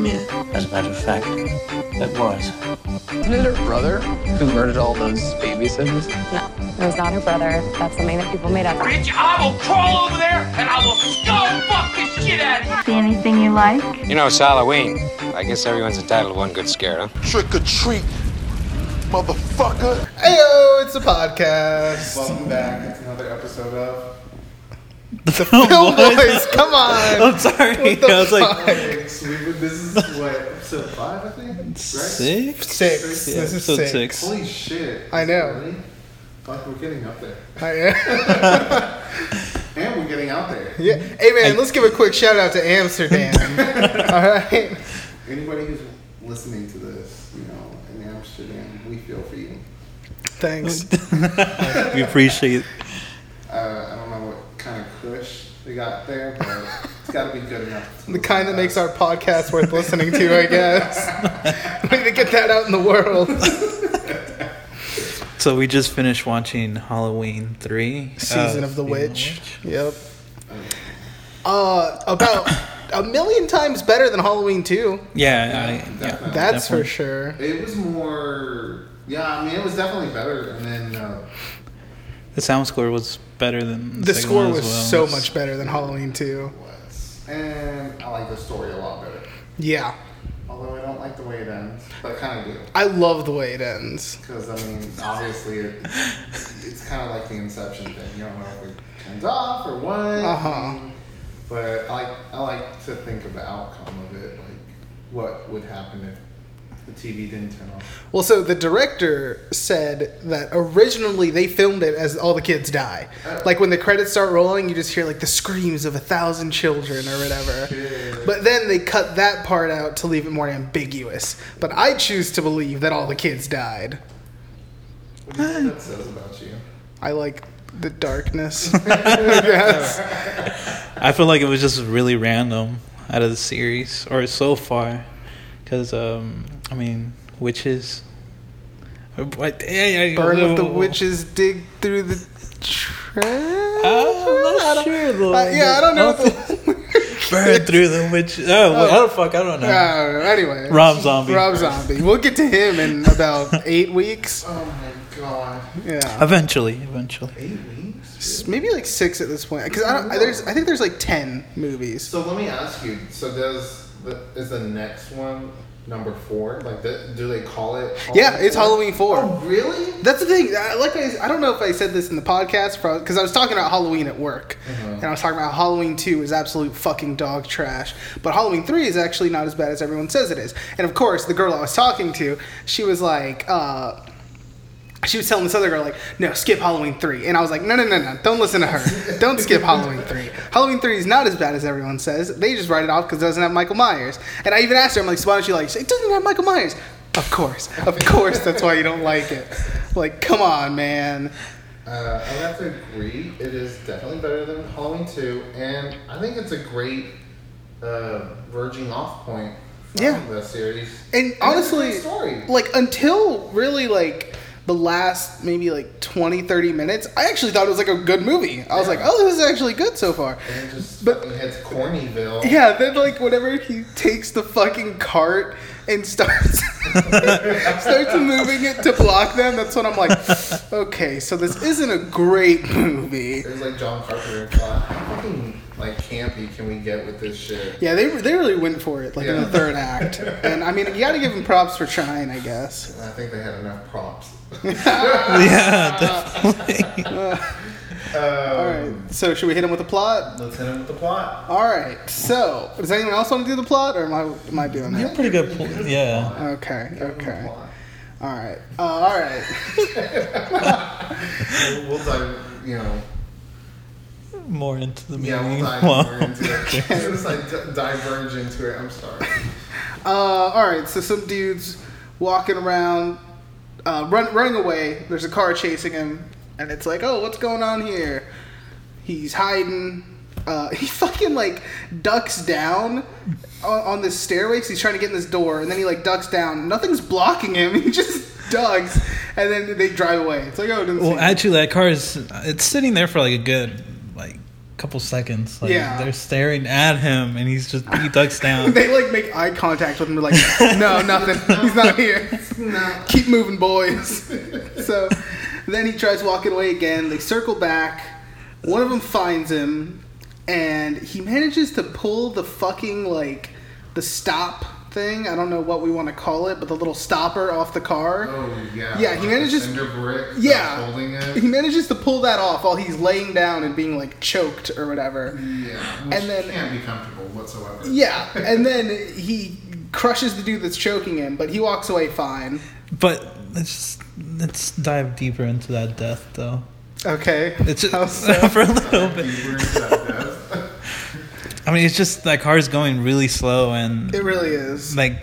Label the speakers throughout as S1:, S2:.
S1: matter of fact, it was.
S2: Isn't it her brother who murdered all those babysitters?
S3: No, it was not her brother. That's something that people made up.
S4: Bitch, I will crawl over there and I will skull fuck the shit out of you.
S5: See anything you like?
S6: You know, it's Halloween. I guess everyone's entitled to one good scare, huh?
S7: Trick or treat, motherfucker.
S8: Heyo, it's a podcast.
S9: Welcome back. It's another episode of
S8: Film boys, come on.
S10: I'm sorry. I was like
S9: Thanks. We- This is what episode five, I think. Right?
S10: six.
S8: Six.
S10: Yeah,
S8: this is
S10: episode
S8: six.
S10: six.
S9: Holy shit!
S8: I know.
S9: Really? Fuck, we're getting up there,
S8: I-
S9: and we're getting out there.
S8: yeah. Hey man, let's give a quick shout out to Amsterdam. All right.
S9: Anybody who's listening to this, you know, in Amsterdam, we feel for you.
S8: Thanks.
S10: We appreciate.
S9: Uh, I don't know what kind of kush they got there, but it's got to be good enough. to
S8: The kind that makes
S9: us.
S8: our podcast worth listening to, I guess. We need to get that out in the world.
S10: So we just finished watching Halloween three.
S8: Season
S10: uh,
S8: of the
S10: Season
S8: Witch. Yep. Uh, about a million times better than Halloween 2.
S10: Yeah, I, yeah.
S9: Definitely.
S8: That's
S10: Definitely.
S8: for sure.
S9: It was more. Yeah, I mean, it was definitely better. And then uh,
S10: The sound score was better than the,
S8: The
S10: second
S8: score
S10: one
S8: was
S10: as
S8: so
S10: well.
S8: much better than Halloween 2.
S9: was, and I like the story a lot better.
S8: Yeah.
S9: Although I don't like the way it ends, but I kind of do.
S8: I love the way it ends.
S9: Because, I mean, obviously, it, it's kind of like the Inception thing. You don't know if it turns off or what.
S8: Uh-huh.
S9: But I like, I like to think of the outcome of it. Like, what would happen if the TV didn't turn off?
S8: Well, so the director said that originally they filmed it as all the kids die. Like when the credits start rolling, you just hear like the screams of a thousand children or whatever. But then they cut that part out to leave it more ambiguous. But I choose to believe that all the kids died.
S9: What do you think that says about you?
S8: I like the darkness. yes.
S10: I feel like it was just really random out of the series or so far, because um, I mean, witches. Uh, What, yeah, yeah,
S8: Burn
S10: yeah,
S8: with the
S10: well,
S8: witches dig through the trash.
S10: Ah, I'm
S8: I
S10: not
S8: don't-
S10: sure though.
S8: Uh, yeah, I don't know.
S10: think- Burn through the witch. Oh, well, oh fuck, I don't know.
S8: Uh, anyway,
S10: Rob Zombie.
S8: Rob Zombie. We'll get to him in about eight weeks.
S9: Oh my god.
S8: Yeah,
S10: Eventually, eventually.
S9: Eight weeks?
S8: S- maybe like six at this point. Because I don't. There's. I think there's like ten movies.
S9: So let me ask you. So does the, is the next one number four? Like, the, do they call it?
S8: Yeah, it's Halloween
S9: Oh,
S8: four.
S9: really?
S8: That's the thing. I- Like I, I don't know if I said this in the podcast because I was talking about Halloween at work,
S9: Uh-huh.
S8: and I was talking about Halloween two is absolute fucking dog trash, but Halloween three is actually not as bad as everyone says it is. And of course, the girl I was talking to, she was like. uh she was telling this other girl like, "No, skip Halloween 3." And I was like, "No, no, no, no. Don't listen to her. Don't skip Halloween 3. Halloween 3 is not as bad as everyone says. They just write it off cuz it doesn't have Michael Myers." And I even asked her, I'm like, so "Why don't you like?" She's like, "It doesn't have Michael Myers." Of course. Of course that's why you don't like it. Like, come on, man.
S9: Uh, I would have to agree. It is definitely better than Halloween 2, and I think it's a great uh, verging off point from
S8: Yeah.
S9: the series.
S8: And
S9: it's a
S8: honestly,
S9: great story.
S8: like until really like the last maybe like 20 30 minutes, I actually thought it was like a good movie. I was like, "Oh, this is actually good so far."
S9: and it just
S8: but-
S9: fucking hits Cornyville.
S8: Yeah, then like whenever he takes the fucking cart and starts starts moving it to block them, that's when I'm like, okay, so this isn't a great movie.
S9: It was like John Carpenter thought, how fucking like campy can we get with this shit?
S8: Yeah, they they really went for it like in the
S9: Yeah.
S8: third act, and I mean you got to give them props for trying, I guess.
S9: And I think they had enough props.
S10: Yeah, definitely.
S8: All right, so should we hit him with the plot?
S9: Uh, Let's hit him with the plot.
S8: All right, so does anyone else want to do the plot, or am I am I doing
S10: You're
S8: it?
S10: pretty good. pl- Yeah.
S8: Okay, okay,
S9: Plot.
S8: all right, uh, all right.
S9: We'll, we'll dive, you know.
S10: more into the
S9: Yeah,
S10: meaning.
S9: we'll dive
S10: Wow.
S9: more into it. Just like d- diverge into it. I'm sorry.
S8: Uh, all right, so some dudes walking around, uh, run, running away. There's a car chasing him, and it's like, oh, what's going on here? He's hiding. Uh, he fucking like ducks down on, on this stairway 'cause he's trying to get in this door, and then he like ducks down. Nothing's blocking him. He just ducks, and then they drive away. It's like, oh, didn't see
S10: Well,
S8: me.
S10: actually, that car is it's sitting there for like a good like couple seconds. Like,
S8: Yeah.
S10: They're staring at him, and he's just he ducks down.
S8: They like make eye contact with him. They're like, no, nothing. He's not here. Keep moving, boys. so then he tries walking away again. They circle back. One of them finds him, and he manages to pull the fucking like the stop thing. I don't know what we want to call it, but the little stopper off the car.
S9: Oh yeah.
S8: Yeah, he
S9: like the
S8: manages-
S9: Cinder brick. that's
S8: Yeah.
S9: Holding
S8: He
S9: it.
S8: manages to pull that off while he's laying down and being like choked or whatever.
S9: Yeah. Which
S8: And then-
S9: can't be comfortable whatsoever.
S8: Yeah, and then he crushes the dude that's choking him, but he walks away fine.
S10: But let's let's dive deeper into that death, though.
S8: Okay.
S10: It's
S8: How
S10: just,
S8: so?
S10: for a little
S9: Deeper
S10: bit.
S9: into that death.
S10: I mean, it's just that car's going really slow, and
S8: It really is.
S10: like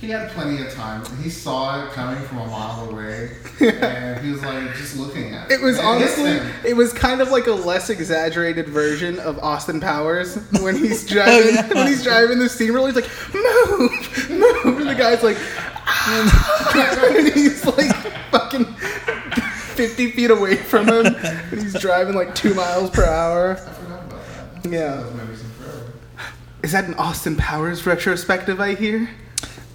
S9: he had plenty of time. He saw it coming from a mile away, and he was like just looking at it.
S8: It was
S9: And hit
S8: honestly,
S9: him.
S8: it was kind of like a less exaggerated version of Austin Powers when he's driving
S10: Oh, yeah.
S8: when he's driving the steamroller. He's like, move, move, and the guy's like, "Ah," and he's like fucking fifty feet away from him, and he's driving like two miles per hour.
S9: I forgot about that.
S8: Yeah.
S9: Those movies in forever.
S8: Is that an Austin Powers retrospective? I hear.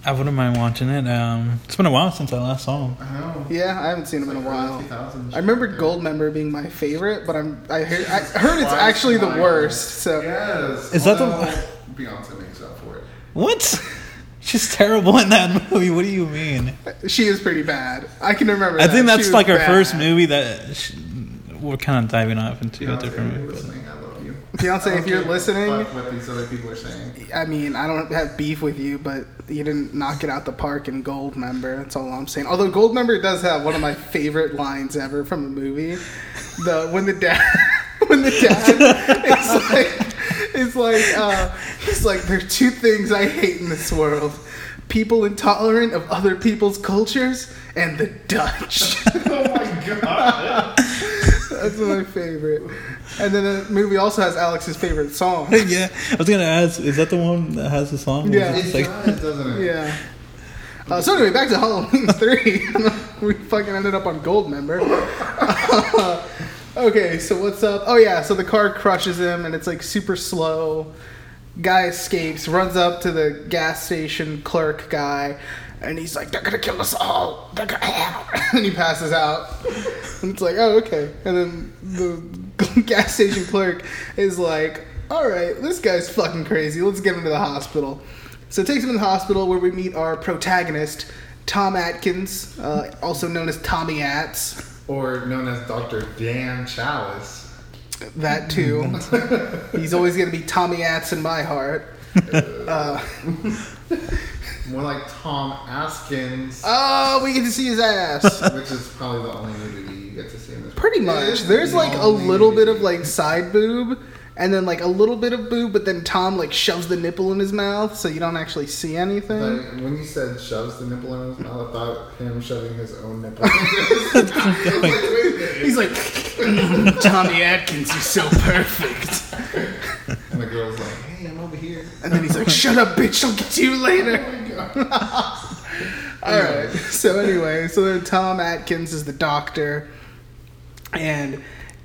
S10: I wouldn't mind watching it. Um, it's been a while since I last saw him.
S9: I know.
S8: Yeah, I haven't seen him in a
S9: Early
S8: while.
S9: 2000s.
S8: I remember Goldmember being my favorite, but I'm I heard I heard it's
S9: Why-
S8: actually the
S9: why-
S8: worst. So
S9: Yes.
S10: Is that the-
S9: although Beyonce makes up for it?
S10: What? She's terrible in that movie. What do you mean?
S8: she is pretty bad. I can remember.
S10: I think
S8: that. She
S10: that's
S8: was
S10: like her
S8: bad.
S10: first movie that sh we're kind of diving off into a
S9: Beyonce,
S10: different
S9: if you're
S10: movie.
S9: listening, I love you.
S8: Beyonce,
S9: I don't
S8: if you're
S9: give a
S8: listening-
S9: fuck what these other people are saying.
S8: I mean, I don't have beef with you, but you didn't knock it out the park in Goldmember. That's all I'm saying. Although Goldmember does have one of my favorite lines ever from a movie, the when the dad when the dad it's like it's like uh, it's like there are two things I hate in this world: people intolerant of other people's cultures and the Dutch.
S9: oh my god.
S8: That's my favorite. And then the movie also has Alex's favorite song.
S10: But yeah, I was gonna ask, is that the one that has the song?
S8: Yeah.
S10: It's
S9: It
S10: like,
S9: does, doesn't it?
S8: Yeah. Uh, so anyway, back to Halloween three. we fucking ended up on gold member. Uh, okay, so what's up? Oh yeah, so the car crushes him and it's like super slow. Guy escapes, runs up to the gas station clerk guy, and he's like, "They're gonna kill us all!" They're gonna-" and he passes out. And it's like, oh okay. And then the gas station clerk is like, "All right, this guy's fucking crazy. Let's get him to the hospital." So it takes him to the hospital where we meet our protagonist, Tom Atkins, uh, also known as Tommy Atz.
S9: Or known as Dr. Dan Chalice.
S8: That too. He's always going to be Tommy Atz in my heart.
S9: More like Tom Askins,
S8: Oh, we get to see his ass.
S9: which is probably the only movie you get to see in this.
S8: Pretty
S9: It
S8: much.
S9: is
S8: There's
S9: the
S8: like a
S9: only
S8: little bit of
S9: movie.
S8: like side boob and then like a little bit of boob, but then Tom like shoves the nipple in his mouth so you don't actually see anything.
S9: Like, when you said shoves the nipple in his mouth, I thought him shoving his own nipple. It's like, wait a minute.
S8: He's like, "Mm, Tommy Atkins, you're so perfect.
S9: and the girl's like, hey, I'm over here.
S8: And then he's like, shut up, bitch, I'll get you later. All right. So anyway, so then Tom Atkins is the doctor, and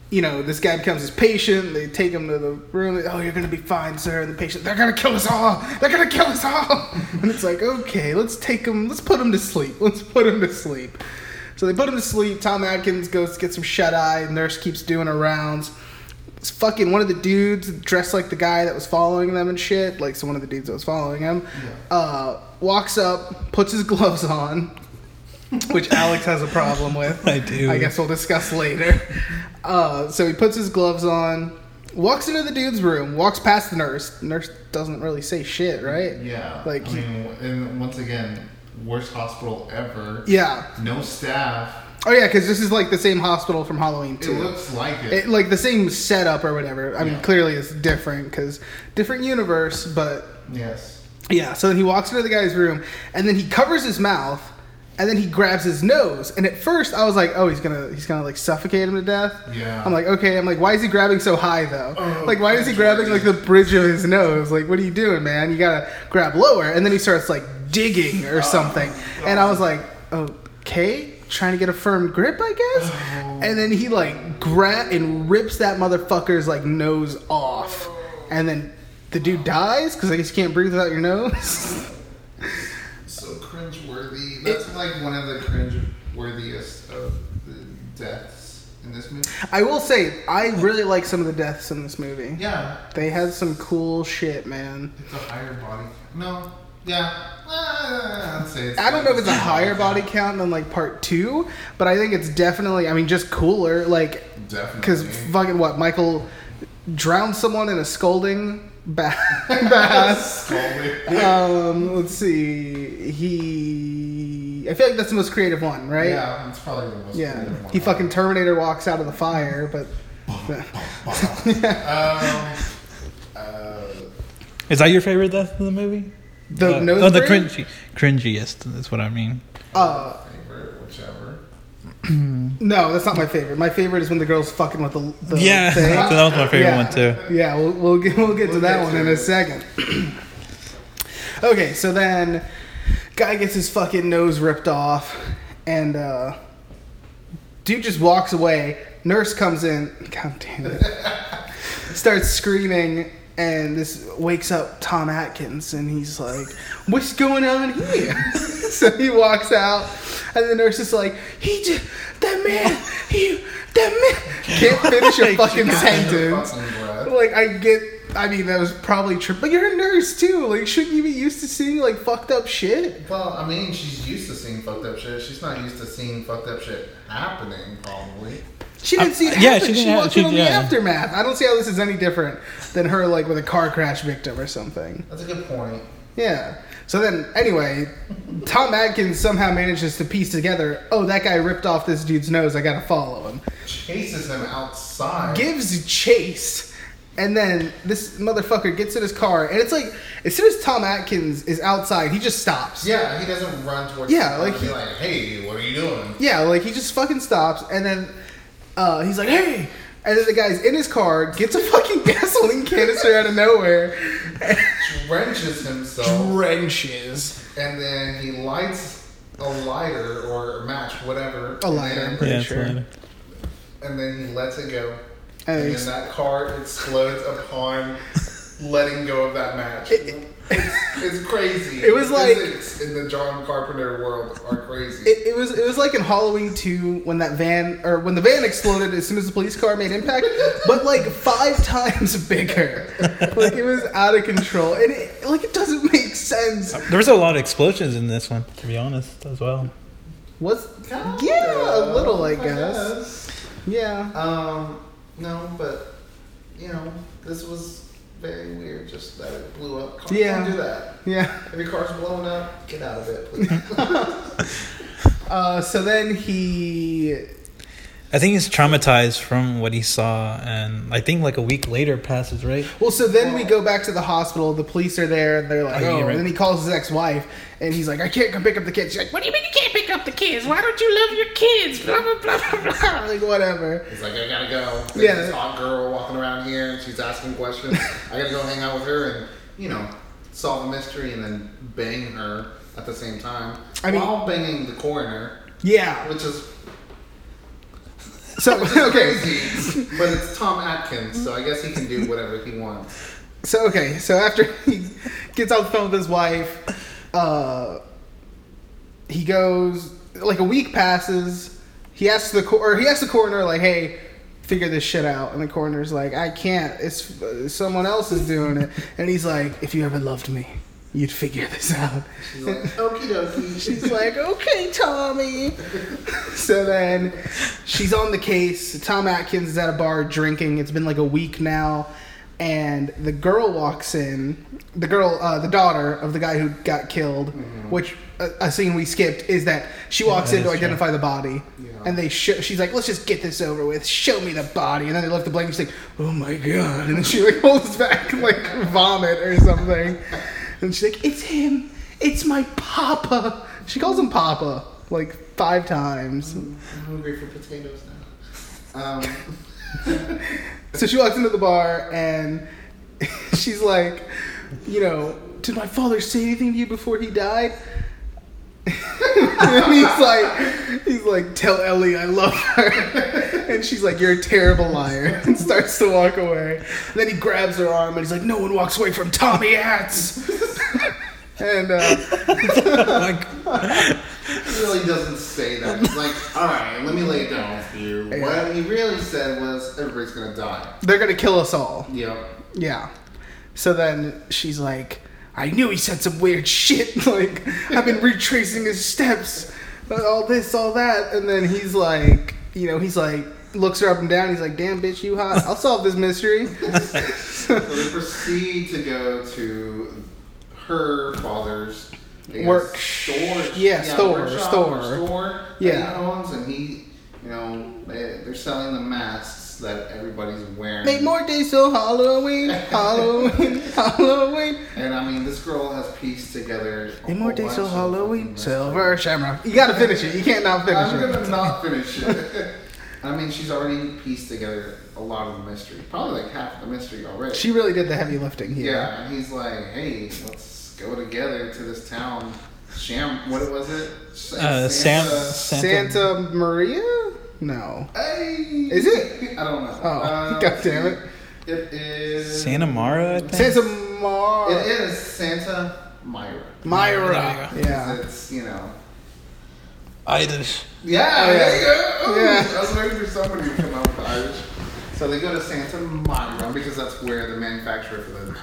S8: you know this guy becomes his patient. They take him to the room. Oh, you're gonna be fine, sir. And the patient, they're gonna kill us all. They're gonna kill us all. And it's like, okay, let's take him. Let's put him to sleep. Let's put him to sleep. So they put him to sleep. Tom Atkins goes to get some shut eye. Nurse keeps doing her rounds. It's fucking one of the dudes dressed like the guy that was following them and shit. Like, so one of the dudes that was following him uh, walks up, puts his gloves on, which Alex has a problem with.
S10: I do.
S8: I guess we'll discuss later. Uh, so he puts his gloves on, walks into the dude's room, walks past the nurse. Nurse doesn't really say shit, right?
S9: Yeah.
S8: Like,
S9: I mean, and once again, worst hospital ever.
S8: yeah.
S9: No staff.
S8: Oh yeah, because this is like the same hospital from Halloween
S9: It
S8: too.
S9: looks like it.
S8: It, like the same setup or whatever. I mean,
S9: Yeah.
S8: clearly it's different because different universe, but
S9: Yes.
S8: Yeah, so then he walks into the guy's room, and then he covers his mouth, and then he grabs his nose. And at first, I was like, "Oh, he's gonna, he's gonna like suffocate him to death."
S9: Yeah.
S8: I'm like, okay. I'm like, why is he grabbing so high though?
S9: Oh,
S8: like, why is he grabbing like the bridge of his nose? Like, what are you doing, man? You gotta
S9: Oh,
S8: grab lower. And then he starts like digging or something. And I was like, okay, trying to get a firm grip, I guess.
S9: Oh.
S8: And then he like grab and rips that motherfucker's like nose off, and then the dude dies because I guess you can't breathe without your nose.
S9: So cringeworthy. That's like one of the cringeworthiest of the deaths in this movie.
S8: I will say I really like some of the deaths in this movie.
S9: Yeah,
S8: They had some cool shit, man.
S9: it's a higher body. No, yeah. Ah, I'd say it's
S8: I don't know if it's a
S9: like-
S8: higher body count than like part two, but I think it's definitely. I mean, just cooler. Like Because
S9: Definitely.
S8: fucking what? Michael drowned someone in a scolding ba- bath.
S9: Holy-
S8: um, let's see. He. I feel like that's the most creative one, right?
S9: Yeah, it's probably the most.
S8: Yeah.
S9: creative one.
S8: He fucking Terminator walks out of the fire, but.
S9: Um, uh,
S10: Is that your favorite death in the movie?
S8: the
S10: Uh,
S8: nose.
S10: oh, the
S8: ring?
S10: cringy, cringiest. That's what I mean.
S8: Uh,
S9: favorite, whichever.
S8: no, that's not my favorite. My favorite is when the girl's fucking with the. the
S10: yeah, so
S8: thing.
S10: that was my favorite
S8: Yeah.
S10: one too.
S8: Yeah, we'll we'll get, we'll get to
S9: We'll
S8: that
S9: get
S8: one
S9: to
S8: in a
S9: it.
S8: second. okay, so then guy gets his fucking nose ripped off, and uh, dude just walks away. Nurse comes in. God damn it! Starts screaming. And this wakes up Tom Atkins, and he's like, "What's going on here?" so he walks out, and the nurse is like, "He just that man, he that man can't finish a fucking sentence."
S9: Fucking breath.
S8: Like I get, I mean that was probably true, but you're a nurse too. Like shouldn't you be used to seeing like fucked up shit?
S9: Well, I mean, she's used to seeing fucked up shit. She's not used to seeing fucked up shit happening, probably.
S8: She didn't see it
S10: Uh, yeah,
S8: happen.
S10: she
S8: She,
S10: didn't have-
S8: walked
S10: she-
S8: in on the
S10: yeah.
S8: aftermath. I don't see how this is any different than her like with a car crash victim or something.
S9: That's a good point.
S8: Yeah. So then anyway, Tom Atkins somehow manages to piece together. Oh, that guy ripped off this dude's nose. I gotta follow him.
S9: Chases him outside.
S8: gives chase, and then this motherfucker gets in his car, and it's like as soon as Tom Atkins is outside, he just stops.
S9: yeah, he doesn't run towards.
S8: Yeah,
S9: him
S8: like
S9: and
S8: he-
S9: be like, hey, what are you doing?
S8: Yeah, like he just fucking stops, and then uh, he's like, "Hey!" And then the guy's in his car, gets a fucking gasoline canister out of nowhere, and
S9: Wrenches himself,
S8: drenches.
S9: and then he lights a lighter or a match, whatever.
S8: A lighter, I'm
S9: And then,
S8: pretty
S10: Yeah, it's
S8: sure.
S10: fine.
S9: and then he lets it go,
S8: And
S9: and
S8: it's-
S9: then that car explodes upon letting go of that match.
S8: It-
S9: it's, it's crazy.
S8: It was
S9: The
S8: like-
S9: physics in the John Carpenter world are crazy.
S8: It, it was it was like in Halloween two when that van or when the van exploded as soon as the police car made impact, but like five times bigger. Like it was out of control, and it, like it doesn't make sense.
S10: There was a lot of explosions in this one, to be honest, as well.
S8: What's
S9: Kinda,
S8: yeah, a little I guess. Uh,
S9: guess.
S8: Yeah.
S9: Um, no, but you know, this was very weird. Just that it blew up. Cars
S8: Yeah.
S9: Don't do that.
S8: Yeah.
S9: If your car's blown up, get out of it, please.
S8: Uh, so then he.
S10: I think he's traumatized from what he saw, and I think like a week later passes, right?
S8: Well, so then we go back to the hospital. The police are there, and they're like,
S10: Oh,
S8: "Oh!"
S10: you're right.
S8: And then he calls his ex-wife, and he's like, "I can't come pick up the kids." She's like, "What do you mean you can't pick up the kids? Why don't you love your kids?" Blah blah blah blah blah. Like whatever.
S9: He's like, I gotta go. There's
S8: Yeah.
S9: this odd girl walking around here, and she's asking questions. I gotta go hang out with her and you know solve the mystery and then bang her at the same time
S8: I mean-
S9: while banging the coroner,
S8: Yeah.
S9: which is
S8: So okay.
S9: crazy. but it's Tom Atkins, so I guess he can do whatever he wants.
S8: So okay, so after he gets off the phone with his wife, uh, he goes like a week passes. He asks the cor- or he asks the coroner like, "Hey, figure this shit out." And the coroner's like, "I can't. It's uh, someone else is doing it." And he's like, "If you ever loved me, you'd figure this out."
S9: He's like, okie dokie.
S8: She's like, okay, Tommy. so then she's on the case. Tom Atkins is at a bar drinking. It's been like a week now. And the girl walks in, the girl, uh, the daughter of the guy who got killed, which uh, a scene we skipped is that she walks
S10: Mm-hmm. that
S8: in to
S10: is true.
S8: identify the body, and they show. She's like, "Let's just get this over with. Show me the body." And then they lift the blanket. She's like, "Oh my god!" And then she like holds back like vomit or something, and she's like, "It's him. It's my papa." She calls him papa like five times.
S9: I'm hungry for potatoes now. Um,
S8: So she walks into the bar and she's like, you know, did my father say anything to you before he died? and he's like, he's like, tell Ellie I love her. And she's like, you're a terrible liar, and starts to walk away. And then he grabs her arm, and he's like, no one walks away from Tommy Hats. and uh,
S10: Like,
S9: He really doesn't say that. He's like, all right, let me lay it down for you. What he really said was, everybody's gonna die.
S8: they're gonna kill us all.
S9: Yep.
S8: Yeah. So then she's like, I knew he said some weird shit. like, I've been retracing his steps, all this, all that. And then he's like, you know, he's like, looks her up and down. He's like, damn, bitch, you hot. I'll solve this mystery.
S9: So they proceed to go to her father's I guess,
S8: Work-
S9: store.
S8: yeah, store, store.
S9: or store
S8: Yeah.
S9: that he owns, and he, you know, they, they're selling the masks that everybody's wearing.
S8: Make more days till Halloween, Halloween, Halloween.
S9: And I mean, this girl has pieced together. a
S8: Make more
S9: whole
S8: days till
S9: bunch of
S8: Halloween,
S9: fucking mysteries.
S8: silver shamrock. You gotta finish it. You can't not finish
S9: I'm
S8: it.
S9: gonna not finish it. I mean, she's already pieced together a lot of the mystery. Probably like half the mystery already.
S8: She really did the heavy lifting here.
S9: yeah, and he's like, hey, let's go together to this town. Sham, what was it? Sa-
S10: uh, Sam, Santa,
S8: Santa Maria? No.
S9: Hey!
S8: Is it?
S9: I don't know. Uh,
S8: Oh, God damn it.
S9: It is.
S10: Santa Mara, I think.
S8: Santa
S9: It
S8: Mar-
S9: is Santa Myra.
S8: Myra.
S10: Myra.
S8: Yeah.
S9: It's, you know.
S10: Irish.
S9: Yeah,
S8: Oh, yeah.
S9: there you go. Ooh,
S8: Yeah.
S9: I was waiting for somebody to come out with Irish. So they go to Santa Monica because that's where the manufacturer for the.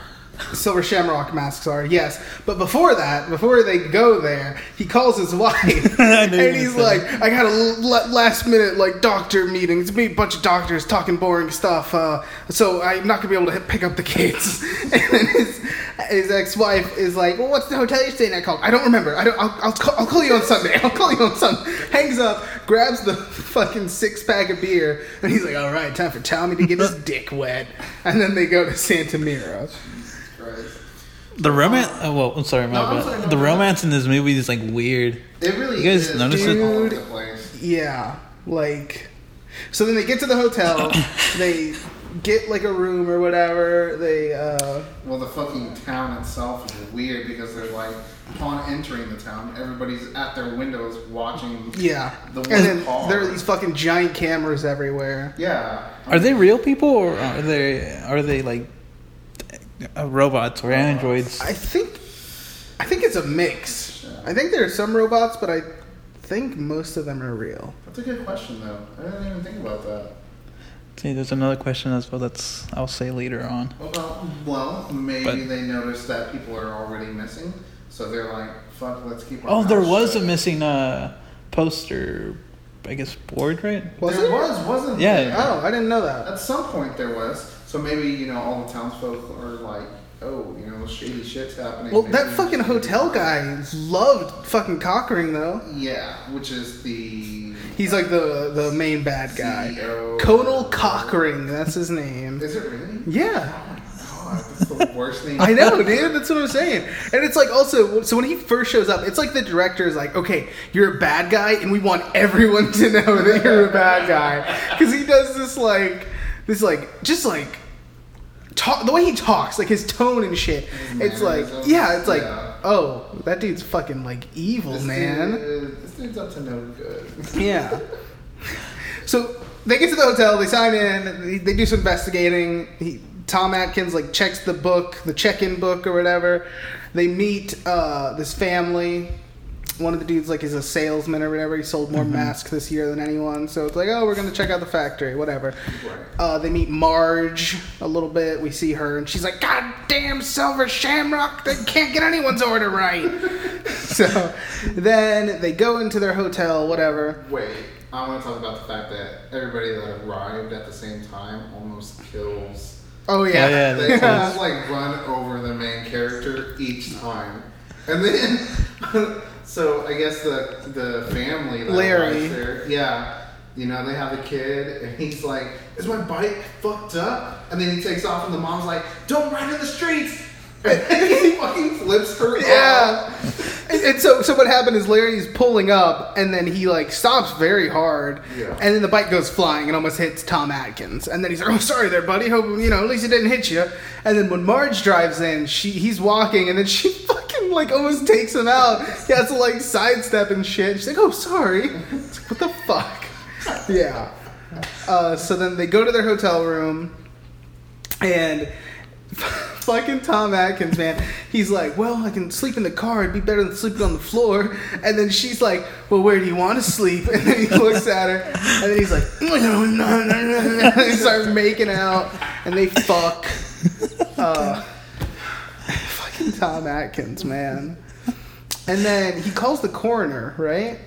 S8: Silver Shamrock masks are, yes. But before that, before they go there, he calls his wife
S10: I knew you were
S8: and he's
S10: gonna say
S8: like, I got a l- last minute like doctor meeting. It's me, a bunch of doctors talking boring stuff. Uh, so I'm not gonna be able to hit, pick up the kids. and then his, his ex-wife is like, Well, what's the hotel you're staying at called? I don't remember. I don't. I'll, I'll, call, I'll call you on Sunday. I'll call you on Sunday. Hangs up, grabs the fucking six pack of beer, and he's like, All right, time for Tommy to get his dick wet. And then they go to Santa Mira.
S9: Right?
S10: The romance. Oh, well, I'm sorry, my
S9: No, I'm
S10: bad.
S9: sorry, no,
S10: the
S9: no.
S10: romance in this movie is like weird.
S9: It really
S10: You guys
S9: is.
S10: notice
S9: all
S10: it?
S9: over the
S8: Dude.
S9: place.
S8: Yeah, like so. Then they get to the hotel. they get like a room or whatever. They uh,
S9: Well, the fucking town itself is weird because they're like, upon entering the town, everybody's at their windows watching.
S8: yeah,
S9: The
S8: and
S9: one
S8: then
S9: car.
S8: there are these fucking giant cameras everywhere.
S9: Yeah.
S10: Are they real people or are they are they like uh, robots or androids?
S8: I think, I think it's a mix. I think there are some robots, but I think most of them are real.
S9: That's a good question, though. I didn't even think about that.
S10: See, there's another question as well. That's I'll say later on.
S9: Well, well maybe
S10: But-
S9: they noticed that people are already missing, so they're like, fuck, let's keep our
S10: Oh, there
S9: mouths
S10: was a
S9: shut.
S10: missing uh, poster, I guess board, right?
S8: Was
S9: there
S8: it?
S9: was, wasn't
S10: Yeah.
S9: there?
S8: Oh, I didn't know that.
S9: At some point there was. So maybe, you know, all the townsfolk are like, oh, you know, shady shit's happening.
S8: Well,
S9: Maybe
S8: that
S9: we
S8: fucking
S9: should-
S8: hotel guy loved fucking Cockring though.
S9: Yeah, which is the.
S8: He's like the the main bad guy.
S9: CEO.
S8: Conal Cockring, that's his name.
S9: Is it really?
S8: Yeah.
S9: God, that's the worst thing.
S8: I know, dude. That's what I'm saying. And it's like also, so when he first shows up, it's like the director is like, okay, you're a bad guy, and we want everyone to know that you're a bad guy. Because he does this, like, this, like, just like, talk, the way he talks, like his tone and shit. It's like,
S9: mannerisms.
S8: yeah, it's like,
S9: Yeah.
S8: oh, that dude's fucking, like, evil,
S9: This
S8: man.
S9: Dude, this dude's up to no good.
S8: Yeah. So they get to the hotel, they sign in, they, they do some investigating. He, Tom Atkins like checks the book, the check-in book or whatever. They meet uh, this family. One of the dudes like is a salesman or whatever. He sold more masks this year than anyone. So it's like, oh, we're gonna check out the factory, whatever. Uh, they meet Marge a little bit. We see her, and she's like, "God damn, Silver Shamrock! They can't get anyone's order right." so then they go into their hotel, whatever.
S9: Wait, I want to talk about the fact that everybody that arrived at the same time almost kills.
S8: Oh yeah.
S10: Oh, yeah,
S9: They almost like run over the main character each time, and then so I guess the the family that
S8: Larry.
S9: arrives there, yeah. You know, they have a kid, and he's like, "Is my bike fucked up?" And then he takes off, and the mom's like, "Don't ride in the streets!" And he fucking flips her off.
S8: Yeah. And, and so, so what happened is Larry's pulling up, and then he like stops very hard,
S9: Yeah.
S8: and then the bike goes flying and almost hits Tom Atkins. And then he's like, "Oh, sorry there, buddy. Hope you know at least it didn't hit you." And then when Marge drives in, she he's walking, and then she fucking like almost takes him out. He has to like sidestep and shit. She's like, "Oh, sorry." It's like, what the fuck? Yeah. Uh, so then they go to their hotel room, and fucking Tom Atkins, man, he's like, "Well, I can sleep in the car. It'd be better than sleeping on the floor." And then she's like, "Well, where do you want to sleep?" And then he looks at her, and then he's like, "No, no, no, no, no." They start making out, and they fuck. Uh, fucking Tom Atkins, man. And then he calls the coroner, right?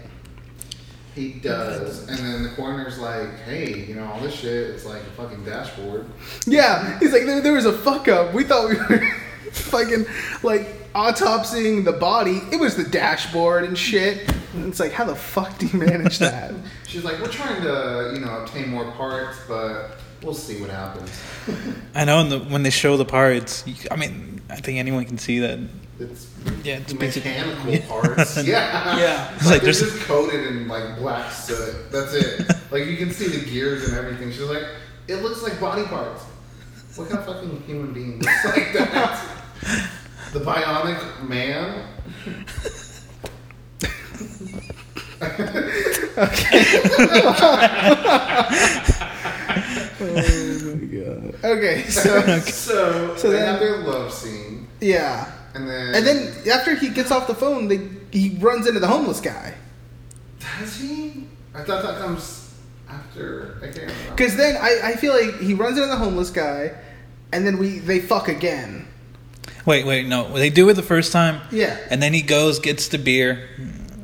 S9: He does, and then the coroner's like, "Hey, you know all this shit. It's like a fucking dashboard."
S8: Yeah, he's like, there, there was a fuck up. We thought we were fucking like autopsying the body. It was the dashboard and shit. And it's like, how the fuck do you manage that?
S9: She's like, "We're trying to, you know, obtain more parts, but we'll see what happens."
S10: I know in the, when they show the parts, you- I mean, I think anyone can see that.
S9: It's
S10: Yeah, it's basic-
S9: mechanical
S10: yeah.
S9: parts. Yeah,
S8: Yeah.
S10: It's
S9: like,
S10: like
S9: they're
S10: there's-
S9: just coated in like black soot. That's it. like you can see the gears and everything. She's like, "It looks like body parts." What kind of fucking human being looks like that? the bionic man.
S8: Okay, so
S9: So,
S8: So
S9: they
S8: then-
S9: have their love scene,
S8: yeah.
S9: and then
S8: And then after he gets off the phone, they, he runs into the homeless guy.
S9: does he? I thought that comes after. I can't remember.
S8: Because then I, I feel like he runs into the homeless guy, and then we they fuck again.
S10: Wait, wait, no. They do it the first time.
S8: Yeah.
S10: And then he goes, gets the beer,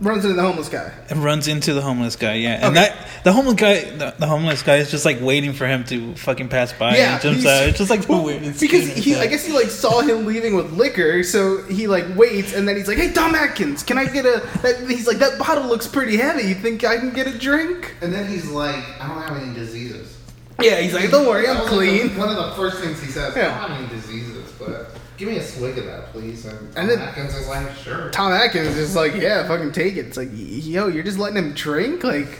S8: Runs into the homeless guy.
S10: and runs into the homeless guy. Yeah. And
S8: Okay.
S10: that the homeless guy, the, the homeless guy is just like waiting for him to fucking pass by.
S8: Yeah,
S10: And jumps
S8: he's-
S10: out. It's just like so weird. It's
S8: Because
S10: weird.
S8: he, I guess he like saw him leaving with liquor, so he like waits, and then he's like, "Hey, Tom Atkins, can I get a?" That, he's like, "That bottle looks pretty heavy. You think I can get a drink?"
S9: And then he's like, "I don't have any diseases."
S8: Yeah, he's like, "Don't worry,
S9: That
S8: I'm
S9: was, like, the-
S8: clean."
S9: one of the first things he says,
S8: Yeah.
S9: I don't have any diseases, but give me a swig of that, please. And,
S8: And
S9: and
S8: then-
S9: then Atkins is like, sure.
S8: Tom Atkins is like, "Yeah, fucking take it." It's like, yo, you're just letting him drink, like,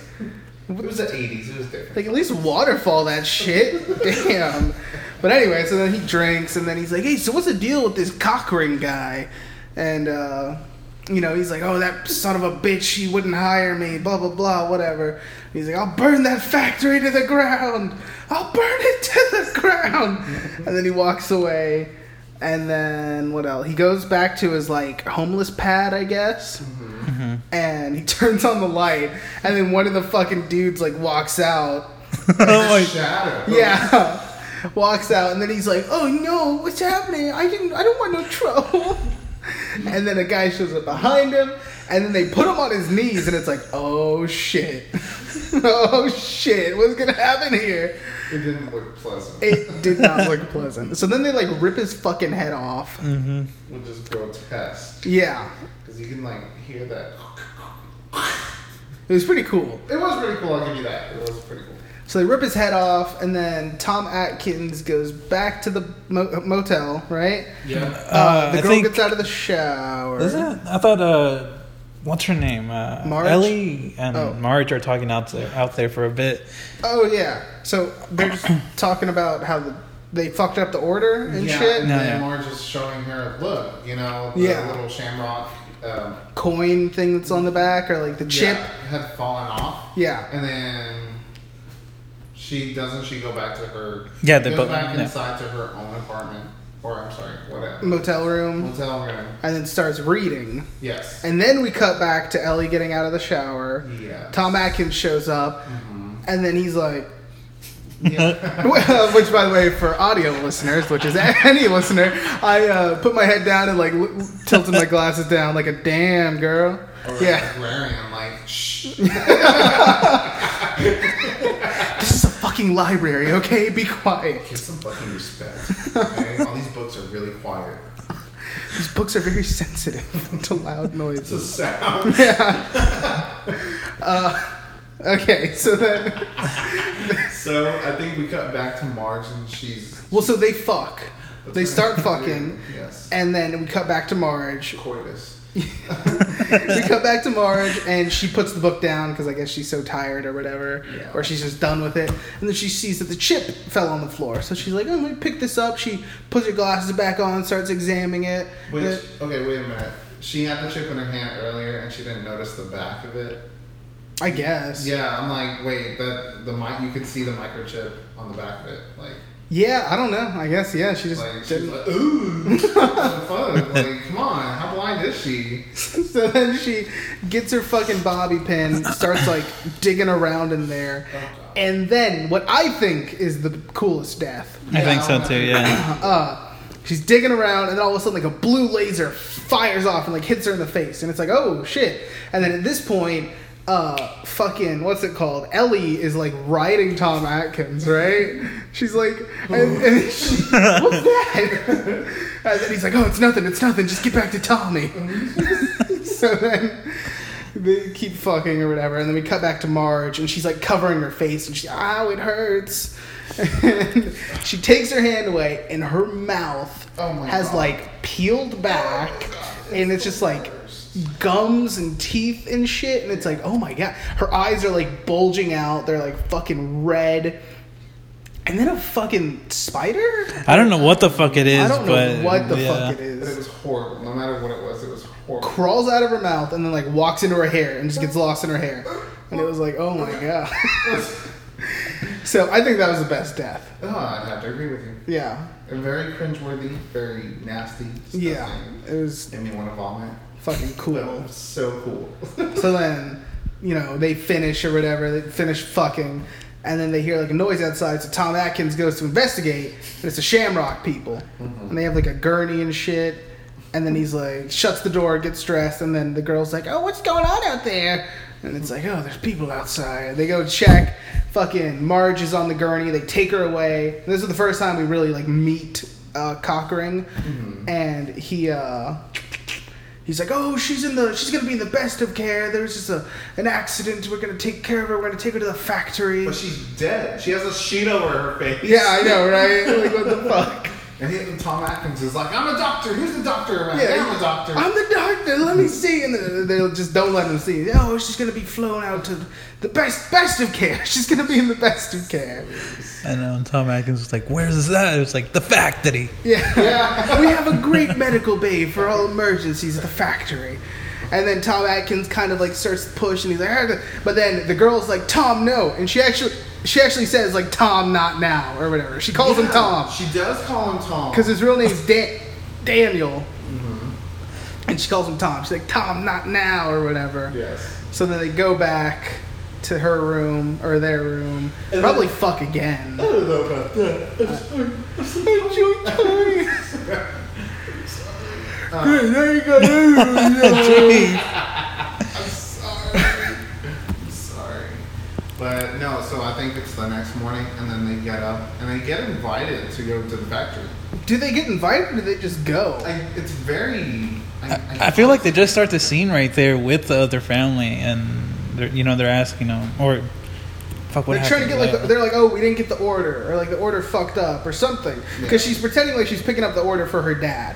S9: It was the 80s, it was different.
S8: like at least waterfall that shit. Damn. But anyway, so then he drinks, and then he's like, "Hey, so what's the deal with this Cochrane guy?" And uh, you know, he's like, "Oh, that son of a bitch, he wouldn't hire me." Blah blah blah, whatever. And he's like, "I'll burn that factory to the ground. I'll burn it to the ground." and then he walks away. And then what else? He goes back to his like homeless pad, I guess and he turns on the light, and then one of the fucking dudes like walks out.
S10: oh my,
S9: Shadow.
S8: Yeah, walks out, and then he's like, "Oh no, what's happening? I didn't. I don't want no trouble." and then a guy shows up behind him, and then they put him on his knees, and it's like, "Oh shit, oh shit, what's gonna happen here?"
S9: It didn't look pleasant.
S8: It did not look pleasant. So then they like rip his fucking head off.
S9: Which is grotesque.
S8: Yeah,
S9: Because you can, like, hear that.
S8: it was pretty cool.
S9: It was pretty cool, I'll give you that. It was pretty cool.
S8: So they rip his head off, and then Tom Atkins goes back to the mo- motel, right?
S9: Yeah.
S8: Uh,
S10: Uh,
S8: the
S10: I
S8: girl
S10: think-
S8: gets out of the shower.
S10: Is it? I thought. uh What's her name? Uh,
S8: Marge?
S10: Ellie and
S8: Oh.
S10: Marge are talking out there, out there for a bit.
S8: Oh yeah. So they're just talking about how the, they fucked up the order and
S9: yeah,
S8: shit.
S9: and
S10: No,
S9: then
S10: yeah.
S9: Marge is showing her, look, you know, the
S8: Yeah.
S9: little shamrock um,
S8: Coin thing that's on the back, or like the chip.
S9: yeah, had fallen off.
S8: Yeah.
S9: And then she doesn't she go back to her
S10: Yeah,
S9: she
S10: they
S9: goes
S10: both-
S9: back
S10: yeah.
S9: inside to her own apartment or I'm sorry, whatever.
S8: motel room,
S9: Motel room.
S8: and then starts reading.
S9: Yes.
S8: And then we cut back to Ellie getting out of the shower.
S9: yeah. Mm-hmm.
S8: Tom Atkins shows up, and then he's like,
S9: yeah.
S8: Well, which, by the way, for audio listeners, which is any listener, I uh, put my head down and like l- tilted my glasses down, like a damn girl.
S9: Or
S8: Yeah,
S9: Agrarian, like shh.
S8: this is a fucking library, okay? Be quiet.
S9: Get some fucking respect. Okay? All these books are really quiet.
S8: These books are very sensitive to loud
S9: It's a
S8: noises. Uh,
S9: sound.
S8: Okay, so then,
S9: so I think we cut back to Marge and she's
S8: well, so they fuck. They start fucking,
S9: Yes.
S8: and then we cut back to Marge.
S9: Coitus.
S8: we cut back to Marge, and she puts the book down because I guess she's so tired or whatever,
S9: Yeah.
S8: or she's just done with it. And then she sees that the chip fell on the floor, so she's like, "Oh, "I'm gonna pick this up." She puts her glasses back on, starts examining it.
S9: Which
S8: And-
S9: okay, wait a minute. She had the chip in her hand earlier, and she didn't notice the back of it.
S8: I guess.
S9: Yeah, I'm like, wait, that the mic. You could see the microchip on the back of it, like.
S8: Yeah, I don't know. I guess yeah. She just
S9: Like she's
S8: didn't.
S9: like, ooh, fuck! Like, come on, how blind is she?
S8: so then she gets her fucking bobby pin, starts like digging around in there, and then what I think is the coolest death.
S10: I think so too. Yeah.
S8: Uh, she's digging around, and then all of a sudden, like a blue laser fires off and like hits her in the face, and it's like, oh shit! And then at this point, uh, fucking what's it called? Ellie is like riding Tom Atkins, right? She's like, and, and she, what's that? and then he's like, oh, it's nothing, it's nothing. Just get back to Tommy. so then. They keep fucking or whatever, and then we cut back to Marge, and she's like covering her face, and she's "Ow, it hurts." And she takes her hand away, and her mouth
S9: Oh my
S8: has
S9: God. Oh
S8: like peeled back, and it's just like gums and teeth and shit, and it's like, oh my god, her eyes are like bulging out, they're like fucking red, and then a fucking spider.
S10: I don't know what the fuck it is,
S8: I don't
S10: but
S8: know what the
S10: yeah.
S8: fuck it
S9: But it
S8: is.
S9: was horrible. No matter what it was, it was horrible.
S8: Crawls out of her mouth and then like walks into her hair and just gets lost in her hair, and it was like, oh my god. so I think that was the best death.
S9: Oh, I'd have to agree with you.
S8: Yeah,
S9: And very cringeworthy, very nasty. Disgusting.
S8: yeah, it was
S9: Made me want to vomit.
S8: fucking cool.
S9: So cool.
S8: So then, you know, they finish or whatever, they finish fucking, and then they hear like a noise outside, so Tom Atkins goes to investigate, and it's the Shamrock people. And they have like a gurney and shit, and then he's like, shuts the door, gets dressed, and then the girl's like, oh, what's going on out there? And it's like, oh, there's people outside. They go check. Fucking Marge is on the gurney. They take her away. And this is the first time we really like meet uh, Cochran, and he uh, He's like, oh, she's in the, she's gonna be in the best of care. There was just a, an accident. We're gonna take care of her. We're gonna take her to the factory.
S9: but she's dead. She has a sheet over her face.
S8: Yeah, I know, right? like, what the fuck?
S9: And he- and Tom Atkins is like, I'm a doctor. Here's the doctor. Man.
S8: Yeah,
S9: I'm a
S8: he-
S9: doctor.
S8: I'm the doctor. Let me see. And then they just don't let him see. Oh, she's gonna be flown out to the best, best of care. She's gonna be in the best of care.
S10: And um, Tom Atkins was like, "Where's that?" It was like the factory.
S8: Yeah. we have a great medical bay for all emergencies at the factory. And then Tom Atkins kind of like starts to push, and he's like, "Ah," but then the girl's like, Tom, no, and she actually she actually says like Tom, not now, or whatever. She calls him
S9: Yeah,
S8: Tom
S9: She does call him Tom.
S8: because his real name's Dan- Daniel,
S9: Mm-hmm.
S8: and she calls him Tom. She's like, Tom, not now, or whatever.
S9: yes.
S8: So then they go back to her room or their room,
S9: And Oh.
S8: probably fuck again.
S9: I don't know about that. I'm sorry. I'm sorry. But no, so I think it's the next morning, and then they get up and they get invited to go to the factory.
S8: Do they get invited or do they just go?
S9: I, it's very. I,
S10: I feel like they just start the scene right there with the other family, and they're you know they're asking them or fuck what
S8: they're trying to
S10: happened?
S8: get like
S10: Yeah.
S8: the, they're like oh we didn't get the order or like the order fucked up or something
S9: Yeah.
S8: because she's pretending like she's picking up the order for her dad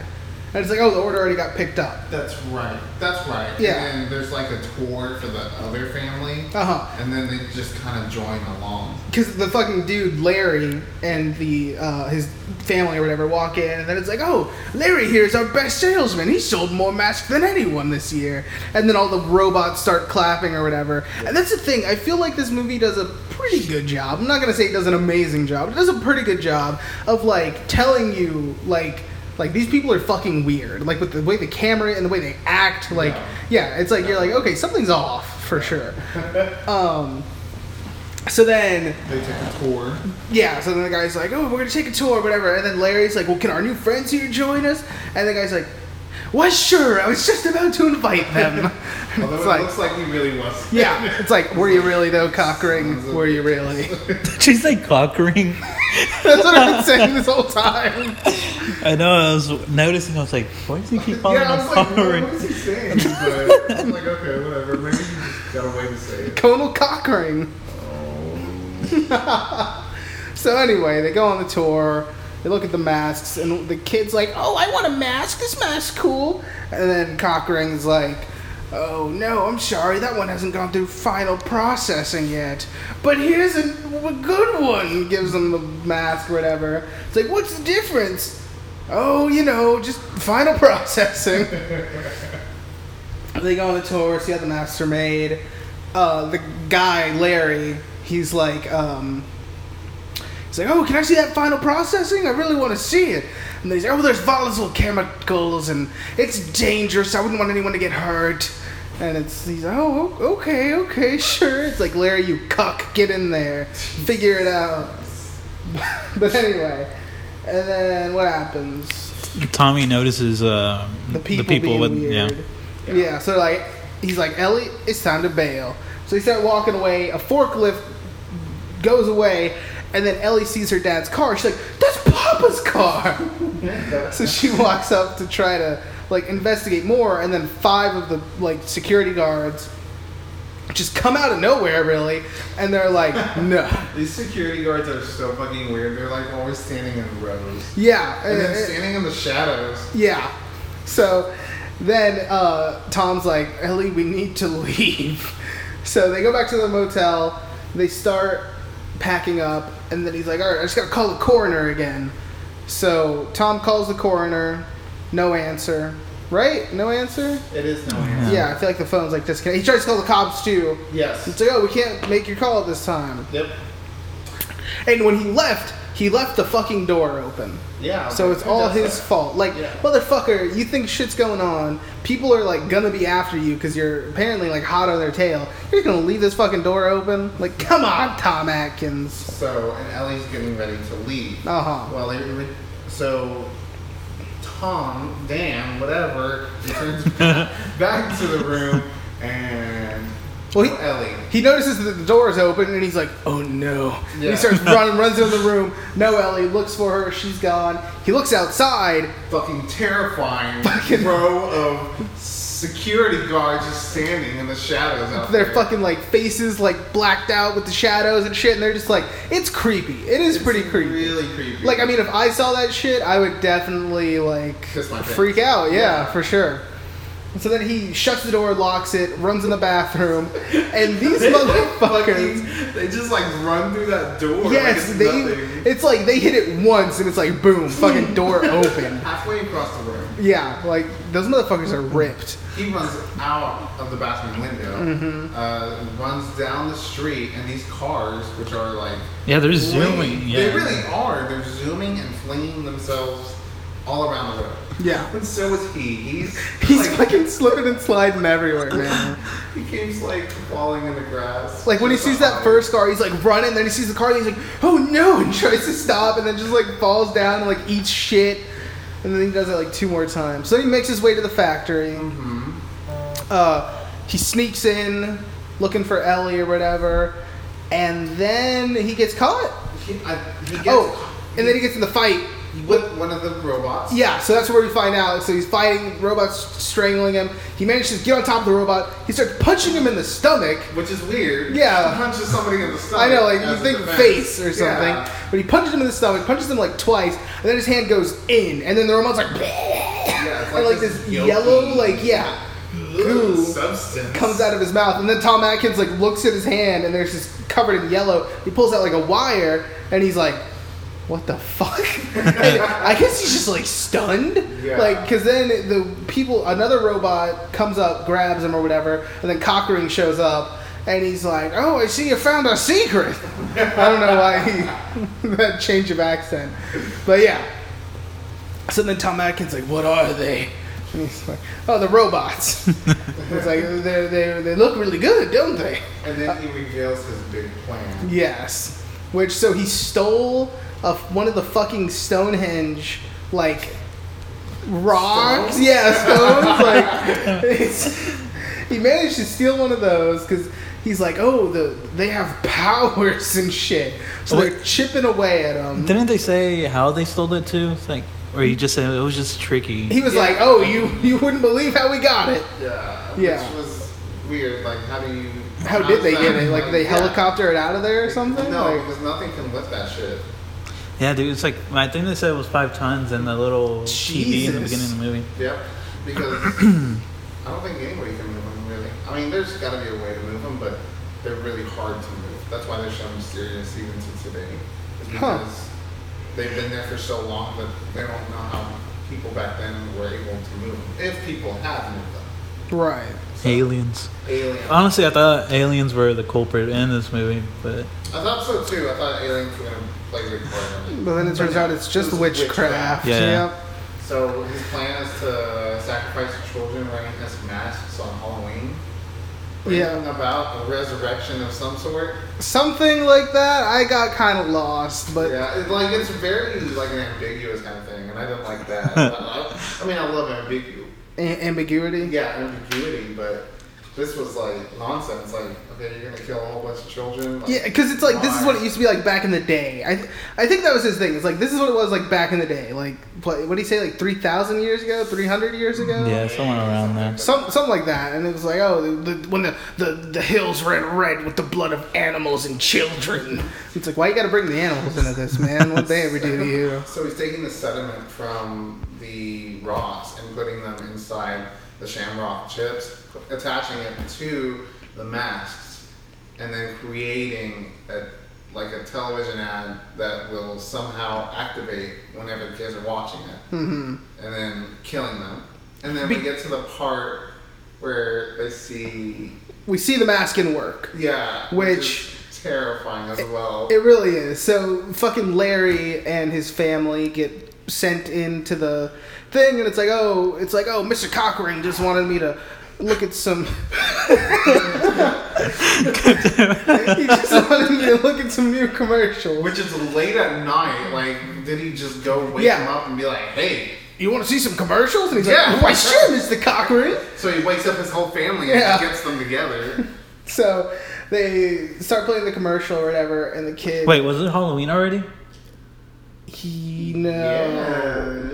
S8: and it's like oh the order already got picked up
S9: That's right. That's right.
S8: Yeah.
S9: And then there's like a tour for the other family.
S8: Uh-huh.
S9: And then they just kind of join along.
S8: because the fucking dude Larry and the uh, his family or whatever walk in, and then it's like, oh, Larry here is our best salesman. He sold more masks than anyone this year. And then all the robots start clapping or whatever. And that's the thing. I feel like this movie does a pretty good job. I'm not gonna say it does an amazing job. It does a pretty good job of like telling you like. Like these people are fucking weird. Like with the way the camera and the way they act. Like, yeah, it's like you're like, okay, something's off for sure. Um, so then
S9: They take a tour.
S8: yeah, so then the guy's like, oh, we're gonna take a tour, whatever. And then Larry's like, well, can our new friends here join us? And the guy's like, well, sure, I was just about to invite them. And
S9: Although
S8: it's
S9: it
S8: like,
S9: looks like he really was.
S8: yeah, it's like, were you really though, Cockring? Were you really?
S10: she's like cockering.
S8: That's what I've been saying this whole time.
S10: I know. I was noticing. I was like, why does he keep calling
S9: Yeah, I
S10: him
S9: was like, what,
S10: cockering?
S9: what is he saying? But I'm like, okay, whatever. Maybe he just got a way to say it.
S8: Conal Cockring. so anyway, they go on the tour. They look at the masks, and the kid's like, "Oh, I want a mask. This mask's cool." And then Cochran's like, "Oh no, I'm sorry. That one hasn't gone through final processing yet. But here's a, a good one." Gives them the mask, whatever. It's like, "What's the difference?" Oh, you know, just final processing. They go on a tour, see how the masks are made. Uh, the guy Larry, he's like, um, he's like, oh, can I see that final processing? I really want to see it. And he's like, oh, there's volatile chemicals and it's dangerous. I wouldn't want anyone to get hurt. And it's he's like, oh, o- okay, okay, sure. It's like Larry, you cuck, get in there, figure it out. but anyway, and then what happens?
S10: Tommy notices uh,
S8: the people, being weird. Yeah. so like he's like Ellie, it's time to bail. So he started walking away. A forklift goes away, and then Ellie sees her dad's car. She's like, "That's Papa's car." so she walks up to try to like investigate more, and then five of the like security guards just come out of nowhere, really, and they're like, "No."
S9: These security guards are so fucking weird. They're like always standing in rows.
S8: Yeah, eh,
S9: And then
S8: and-
S9: standing in the shadows.
S8: Yeah. So then uh, Tom's like, Ellie, we need to leave. So they go back to the motel. They start packing up, and then he's like, all right, I just gotta call the coroner again. So Tom calls the coroner. No answer. Right? No answer?
S9: It is no answer.
S8: Yeah, I feel like the phone's like disconnected. He tries to call the cops too. It's
S9: Yes.
S8: like, oh, we can't make your call at this time.
S9: Yep.
S8: And when he left, he left the fucking door open.
S9: Yeah.
S8: So it's
S9: Who
S8: all
S9: does
S8: his
S9: that?
S8: fault. Like,
S9: Yeah.
S8: motherfucker, you think shit's going on. People are like gonna be after you because you're apparently like hot on their tail. You're gonna leave this fucking door open? Like, come on, Tom Atkins.
S9: So and Ellie's getting ready to leave.
S8: Uh huh.
S9: Well, they were- so Tom, Dan, whatever, returns back to the room and
S8: Well, he-
S9: Ellie.
S8: He notices that the door is open and he's like, oh no. And he
S9: Yeah.
S8: starts running, runs into the room. No Ellie, looks for her, she's gone. He looks outside.
S9: Fucking terrifying
S8: Fucking-
S9: row of security guards just standing in the shadows out
S8: Their
S9: there.
S8: fucking like faces like blacked out with the shadows and shit, and they're just like, it's creepy. It is
S9: It's
S8: pretty creepy.
S9: Really creepy.
S8: Like, I mean, if I saw that shit, I would definitely, like,
S9: Kiss my pants.
S8: freak out. Yeah,
S9: Yeah.
S8: for sure. So then he shuts the door, locks it, runs in the bathroom, and these motherfuckers.
S9: they just like run through that door.
S8: Yes,
S9: like it's
S8: they.
S9: nothing.
S8: It's like they hit it once, and it's like boom, fucking door open.
S9: halfway across the room.
S8: Yeah, like those motherfuckers are ripped.
S9: He runs out of the bathroom window,
S8: Mm-hmm.
S9: uh, runs down the street, and these cars, which are like
S10: Yeah, they're
S9: flinging- they really are. They're zooming and flinging themselves all around the road.
S8: Yeah.
S9: And so is he. He's
S8: He's
S9: like,
S8: fucking slipping and sliding everywhere, man.
S9: he keeps like falling in the grass.
S8: Like when he sees that first car, he's like running. Then he sees the car, and he's like, "Oh no!" and tries to stop, and then just like falls down and like eats shit. And then he does it like two more times. So he makes his way to the factory. Uh, he sneaks in, looking for Ellie or whatever, and then he gets caught.
S9: He, I, he gets,
S8: Oh, and then he gets in the fight
S9: with one of the robots.
S8: yeah, so that's where we find out. So he's fighting, robots strangling him. He manages to get on top of the robot. He starts punching him in the stomach.
S9: Which is weird.
S8: Yeah.
S9: He punches somebody in the stomach.
S8: I know, like
S9: as
S8: you
S9: a
S8: think
S9: defense.
S8: face or something,
S9: Yeah.
S8: but he punches him in the stomach, punches him like twice, and then his hand goes in, and then the robot's like,
S9: it's
S8: and
S9: like
S8: like
S9: this
S8: this
S9: yolky-
S8: yellow, like yeah, goo
S9: substance
S8: comes out of his mouth, and then Tom Atkins like looks at his hand, and there's just covered in yellow. He pulls out like a wire, and he's like, "What the fuck?" And I guess he's just like stunned,
S9: Yeah.
S8: like because then the people, another robot comes up, grabs him or whatever, and then Cockring shows up. And he's like, "Oh, I see you found our secret." I don't know why he that change of accent, but yeah. So then Tom Atkins like, "What are they?" And he's like, "Oh, the robots." It's like they they they look really good, don't they?
S9: And then he reveals his big plan.
S8: Yes. Which so he stole a, one of the fucking Stonehenge like rocks. Yeah, stones. like it's, he managed to steal one of those because he's like, oh, the they have powers and shit. So
S10: Wait.
S8: they're chipping away at him.
S10: Didn't they say how they stole it too? It's like, or you just said it was just tricky.
S8: He was like, oh, you you wouldn't believe how we got it.
S9: Yeah.
S8: Yeah.
S9: Which was weird. Like, how do you.
S8: How did they
S9: does
S8: get
S9: that-
S8: it? Like they
S9: yeah.
S8: helicopter it out of there or something?
S9: No,
S8: Like-
S9: because nothing can lift that shit.
S10: Yeah, dude, it's like I think they said it was five tons and the little TV in the beginning of the movie.
S9: Yep. Because I don't think anybody can move them, really. I mean, there's got to be a way to move them, but they're really hard to move. That's why they're so mysterious even to today. It's
S8: Huh.
S9: because they've been there for so long that they don't know how people back then were able to move them. If people have moved them.
S8: Right.
S10: Aliens.
S9: Alien.
S10: Honestly, I thought aliens were the culprit in this movie, but
S9: I thought so too. I thought aliens were gonna play Rick Gordon.
S8: But then it turns out it's just
S9: It was
S8: witchcraft.
S10: Yeah.
S8: Yep.
S9: So his plan is to sacrifice children wearing his masks on Halloween. Bringing
S8: Yeah.
S9: about a resurrection of some sort.
S8: Something like that. I got kind of lost, but
S9: yeah, it, like it's very like an ambiguous kind of thing, and I don't like that. I, I mean, I love ambiguity.
S8: a- ambiguity.
S9: Yeah, ambiguity, but this was like nonsense. Like, okay, you're gonna kill a whole bunch of children. Like,
S8: Yeah, because it's like this is
S9: why?
S8: what it used to be like back in the day. I, I think that was his thing. It's like this is what it was like back in the day. Like what what did he say? Like three thousand years ago, three hundred years ago.
S10: yeah, somewhere around there.
S8: Some, something like that, and it was like, oh, the, the, when the, the, the hills ran red with the blood of animals and children. It's like, why you gotta bring the animals into this, man? What they ever do to you?
S9: So he's taking the sediment from the rocks and putting them inside the shamrock chips, attaching it to the masks, and then creating a like a television ad that will somehow activate whenever the kids are watching it, mm-hmm. and then killing them. And then we get to the part where they see,
S8: We see the mask in work.
S9: yeah,
S8: Which-
S9: is terrifying as well.
S8: It really is. So fucking Larry and his family get sent into the thing, and it's like, oh, it's like, oh, Mr. Cochran just wanted me to look at some. he just wanted me to look at some new commercial.
S9: Which is late at night. Like, did he just go wake
S8: Yeah.
S9: him up and be like, "Hey"?
S8: You want to see some commercials? And he's
S9: Yeah.
S8: like, why sure, Mr. Cochran.
S9: So he wakes up his whole family
S8: Yeah.
S9: and he gets them together.
S8: So they start playing the commercial or whatever, and the kid.
S10: Wait, was it Halloween already?
S8: He no.
S9: Yeah.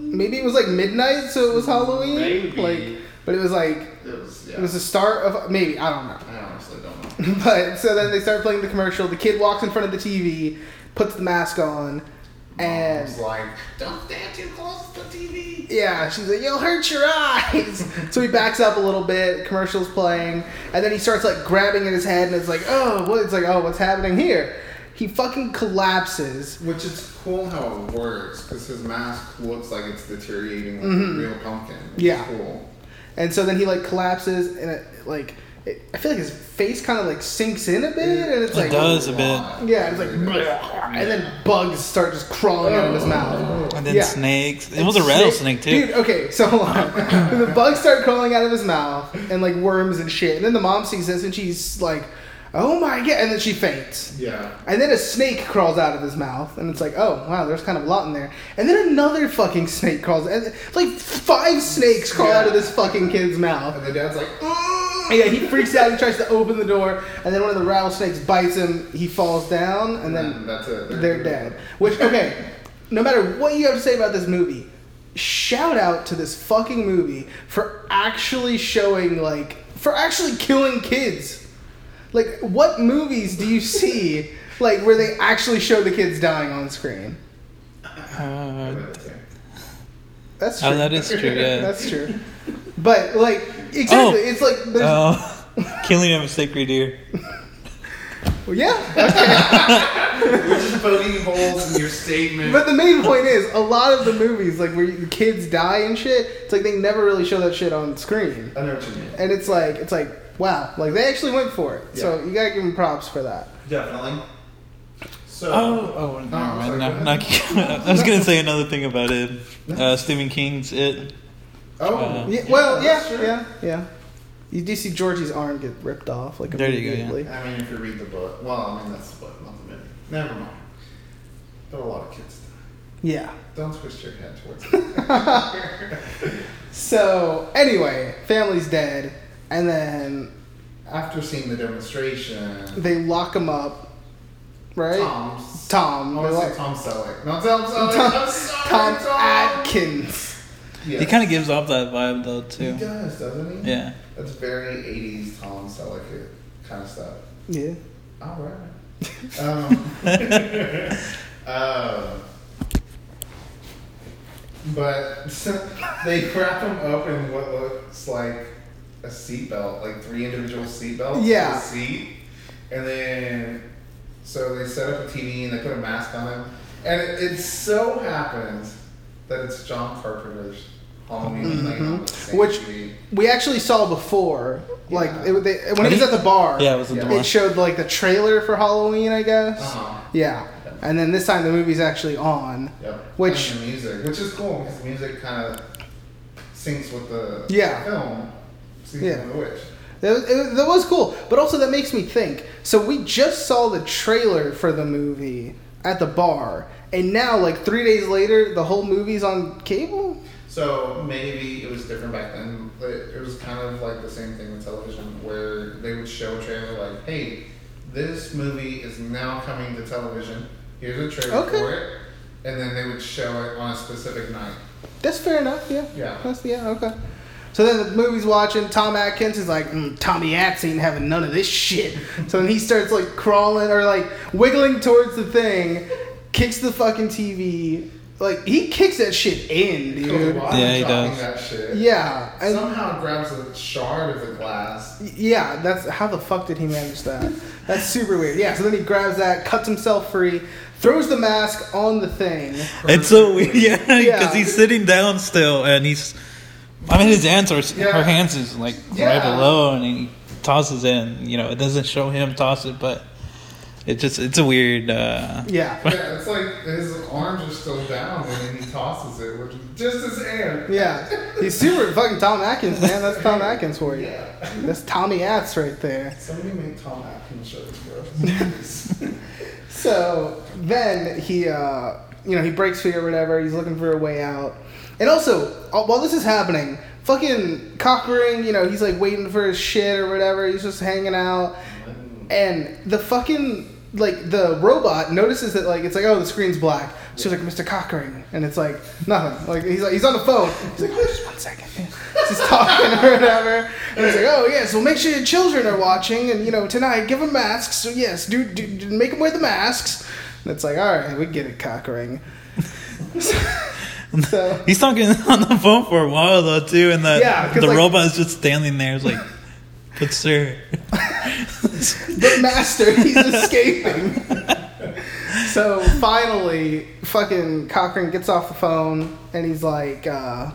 S8: Maybe it was like midnight, so it was Halloween.
S9: Maybe.
S8: Like, but it was like
S9: It was. Yeah.
S8: It was the start of maybe I don't know.
S9: I honestly don't know.
S8: But so then they start playing the commercial. The kid walks in front of the TV, puts the mask on, and
S9: It's like, don't stand too close to the TV.
S8: yeah, she's like, "You'll hurt your eyes." so he backs up a little bit. Commercial's playing, and then he starts like grabbing at his head, and it's like, "Oh, what?" It's like, "Oh, what's happening here?" He fucking collapses.
S9: Which is cool how it works because his mask looks like it's deteriorating like a real pumpkin. It's
S8: Mm-hmm. Yeah.
S9: Cool.
S8: And so then he like collapses and it, like it, I feel like his face kind of like sinks in a bit and it's like
S10: It does a bit,
S8: yeah it's like and then bugs start just crawling out of his mouth
S10: and then
S8: Yeah.
S10: snakes. It was a rattlesnake too.
S8: Dude, okay, so hold on. the bugs start crawling out of his mouth and like worms and shit. And then the mom sees this and she's like, "Oh my god!" And then she faints.
S9: Yeah.
S8: And then a snake crawls out of his mouth, and it's like, "Oh wow, there's kind of a lot in there." And then another fucking snake crawls, and like five snakes crawl out of this fucking kid's mouth.
S9: And the dad's like, "Mm." "Ugh."
S8: Yeah, he freaks out. He tries to open the door, and then one of the rattlesnakes bites him. He falls down, and then
S9: And that's it.
S8: they're dead. Which okay, no matter what you have to say about this movie, shout out to this fucking movie for actually showing like for actually killing kids. Like what movies do you see like where they actually show the kids dying on screen?
S10: Uh,
S8: That's true.
S10: oh, that is true. Yeah.
S8: That's true. But like exactly,
S10: Oh.
S8: it's like there's,
S10: Oh, killing of a sacred deer. Oh.
S8: yeah.
S9: We're just putting holes in your statement.
S8: But the main point is a lot of the movies like where you- kids die and shit, it's like they never really show that shit on screen.
S9: I know what you mean.
S8: and it's like it's like wow like they actually went for it so
S9: Yeah.
S8: you gotta give them props for that
S9: Definitely. So.
S10: Oh, oh, never
S9: I'm sorry,
S10: mind.
S9: go
S10: No,
S9: ahead.
S10: not- I was gonna say another thing about it. Uh, Stephen King's It.
S9: Oh,
S10: Uh,
S8: yeah, well yeah
S9: that's true.
S8: yeah yeah you do see Georgie's arm get ripped off like
S10: There you go, yeah.
S8: immediately.
S9: I mean, if you read the book, well, I mean that's the book, not the movie. Never mind. There are a lot of kids.
S8: yeah
S9: Don't twist your head towards it.
S8: so anyway family's dead and then
S9: After seeing the demonstration,
S8: they lock him up right
S9: Tom's.
S8: Tom
S9: I
S8: they
S9: want to
S8: lock-
S9: say Tom Selleck. Not Tom Selleck.
S8: Tom,
S9: Oh, I'm sorry,
S8: Tom
S9: Tom.
S8: Atkins
S9: Yes.
S10: He kind of gives off that vibe though
S9: He
S10: too.
S9: does, doesn't he?
S10: Yeah.
S9: That's very '80s Tom Selleck kind of stuff.
S8: yeah
S9: All right. Um, uh, but they wrap him up in what looks like a seatbelt, like three individual seatbelts. to
S8: Yeah.
S9: the Seat, and then so they set up a TV and they put a mask on him, and it, it so happens that it's John Carpenter's Halloween. Like, on the same
S8: Mm-hmm. Which
S9: street.
S8: we actually saw before. Like
S9: Yeah.
S8: it, they, when it was at the bar.
S10: Yeah, it was a
S9: Yeah.
S10: door.
S8: It showed like the trailer for Halloween, I guess.
S9: Uh-huh.
S8: Yeah, and then this time the movie's actually on.
S9: Yep.
S8: Which-
S9: and the music, which is cool because the music kind of syncs with the
S8: Yeah.
S9: film. Season
S8: Yeah.
S9: of the Witch.
S8: That was, it, that was cool, but also that makes me think. So we just saw the trailer for the movie at the bar, and now like three days later, the whole movie's on cable.
S9: So maybe it was different back then. But it was kind of like the same thing with television, where they would show a trailer like, "Hey, this movie is now coming to television. Here's a trailer
S8: Okay.
S9: for it," and then they would show it on a specific night.
S8: That's fair enough. Yeah.
S9: Yeah.
S8: That's yeah. Okay. So then the movie's watching. Tom Atkins is like, mm, Tommy Atkins ain't having none of this shit. so then he starts like crawling or like wiggling towards the thing, kicks the fucking TV. Like he kicks that shit in, dude.
S9: While
S10: Yeah, he
S9: dropping
S10: does.
S9: That shit.
S8: Yeah. And
S9: Somehow grabs a shard of the glass.
S8: Yeah, that's how the fuck did he manage that? That's super weird. Yeah, so then he grabs that, cuts himself free, throws the mask on the thing.
S10: It's so weird, yeah, because
S8: Yeah.
S10: he's sitting down still, and he's. I mean, his hands are
S9: Yeah.
S10: her hands is like right
S9: Yeah.
S10: below, and he tosses in. You know, it doesn't show him toss it, but it just it's a weird. uh
S8: Yeah,
S9: Yeah, it's like his arms are still down and then he tosses it, which is just his hand.
S8: yeah. He's super fucking Tom Atkins, man. That's Tom Atkins for you.
S9: Yeah.
S8: That's Tommy Atz right there.
S9: Somebody make Tom Atkins shirts, bro.
S8: So then he, uh, you know, he breaks free or whatever. He's looking for a way out. And also, uh, while this is happening, fucking Cockring, you know, he's like waiting for his shit or whatever. He's just hanging out. and the fucking like the robot notices that like it's like oh the screen's black so he's like Mr. Cockering and it's like nothing like he's like he's on the phone he's like oh, just one second he's talking or whatever and he's like oh yes well make sure your children are watching and you know tonight give them masks so yes do, do, do make them wear the masks and it's like all right we get it Cockering so
S10: He's talking on the phone for a while though too, and the
S8: Yeah, 'cause,
S10: the
S8: like-
S10: robot is just standing there, it's like, but sir,
S8: the master he's escaping so finally, fucking Cochran gets off the phone and he's like, uh,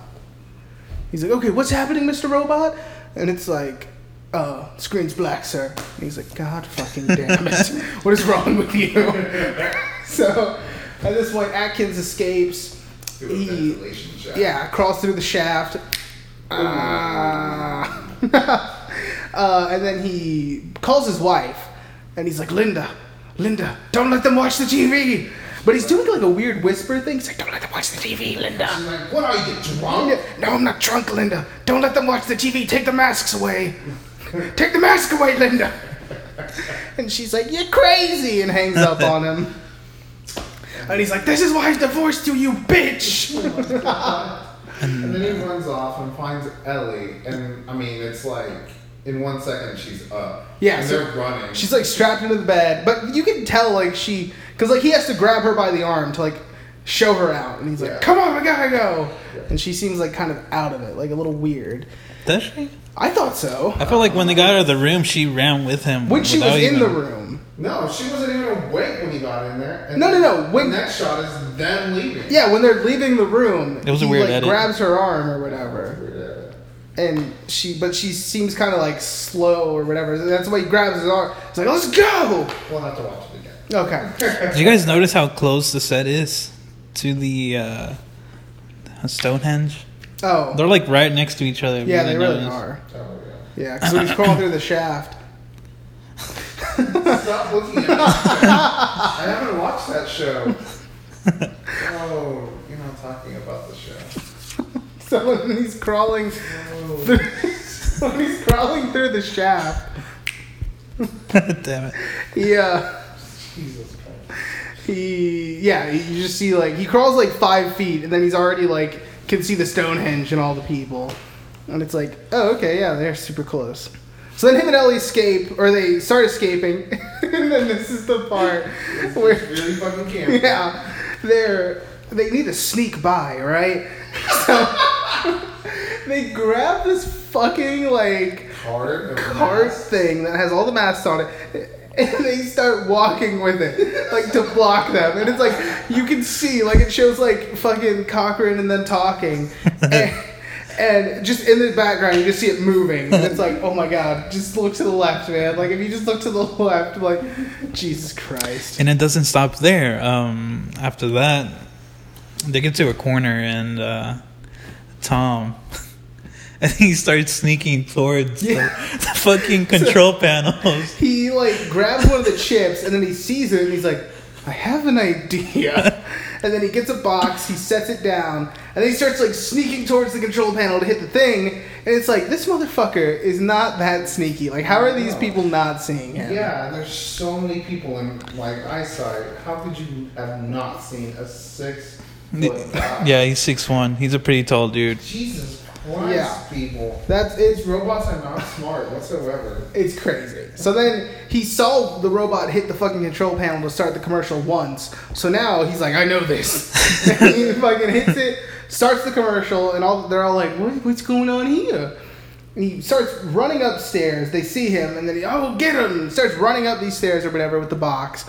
S8: he's like, okay, what's happening, Mr. Robot? And it's like, uh, screen's black, sir. And he's like, God fucking damn it. What is wrong with you? so at this point, Atkins escapes.
S9: Do a
S8: He-
S9: ventilation shaft.
S8: Yeah, crawls through the shaft. Ah. uh, and then he calls his wife, and he's like, Linda, Linda, don't let them watch the TV. But he's doing like a weird whisper thing. He's like, don't let them watch the TV, Linda.
S9: She's like, what are you, drunk?
S8: Linda, No, I'm not drunk, Linda. Don't let them watch the TV. Take the masks away. Take the mask away, Linda. And she's like, you're crazy, and hangs up on him. And he's like, this is why I divorced you, you bitch.
S9: And then he runs off and finds Ellie. And I mean, it's like, in one second, she's up.
S8: Yeah,
S9: And
S8: so
S9: they're running.
S8: She's like strapped into the bed, but you can tell like she, because like he has to grab her by the arm to like show her out, and he's like,
S9: Yeah.
S8: "Come on, we gotta go," and she seems like kind of out of it, like a little weird.
S10: does she?
S8: I thought so.
S10: I felt like when they got out of the room, she ran with him.
S8: When she was
S10: without
S8: in
S10: even-
S8: the room,
S9: No, she wasn't even awake when he got in there. And
S8: No, no, no, when-
S9: When that shot is them leaving.
S8: yeah, when they're leaving the room,
S10: It was a
S8: he,
S10: weird
S8: like
S10: edit.
S8: grabs her arm or whatever, and she, but she seems kind of like slow or whatever. That's why he grabs his arm. He's like, "Let's go."
S9: We'll have to watch it again.
S8: Okay.
S10: Did you guys notice how close the set is to the uh, Stonehenge?
S8: Oh,
S10: They're like right next to each other. if
S8: yeah,
S10: you
S8: they
S10: didn't
S8: really
S10: notice.
S8: are.
S9: Oh,
S8: Yeah, because when he's crawling through the shaft.
S9: yeah. Stop looking at me. I haven't watched that show. Oh, you're not talking about the show.
S8: So when he's crawling, through, when he's crawling through the shaft,
S10: Damn it.
S8: he, uh,
S9: Jesus Christ.
S8: he, yeah, you just see like he crawls like five feet, and then he's already like can see the Stonehenge and all the people, and it's like, oh, okay, yeah, they're super close. So then him and Ellie escape, or they start escaping, and then this is the part where
S9: Really fucking camera.
S8: Yeah, they're they need to sneak by, right? So they grab this fucking like
S9: Hard.
S8: cart thing that has all the masks on it. And they start walking with it, like to block them. And it's like you can see, like it shows like fucking Cochran and then talking. And, And just in the background, you just see it moving. And it's like, oh my god, just look to the left, man. Like, if you just look to the left, like, Jesus Christ.
S10: And it doesn't stop there. Um, after that, they get to a corner and uh, Tom, and he starts sneaking towards the- the, fucking control panels.
S8: He, like, grabs one of the chips and then he sees it and he's like, I have an idea. And then he gets a box, he sets it down, and then he starts, like, sneaking towards the control panel to hit the thing. And it's like, this motherfucker is not that sneaky. Like, how are these people not seeing him?
S9: Yeah, and there's so many people in like eyesight. How could you have not seen a six foot guy?
S10: Yeah, he's six one. He's a pretty tall dude.
S9: Jesus Christ,
S8: Yeah.
S9: people.
S8: That's it's
S9: Robots are not smart whatsoever.
S8: It's crazy. So then he saw the robot hit the fucking control panel to start the commercial once. So now he's like, I know this. and he fucking hits it, starts the commercial, and all they're all like, what, what's going on here? And he starts running upstairs. They see him, and then he, oh, get him! And starts running up these stairs or whatever with the box.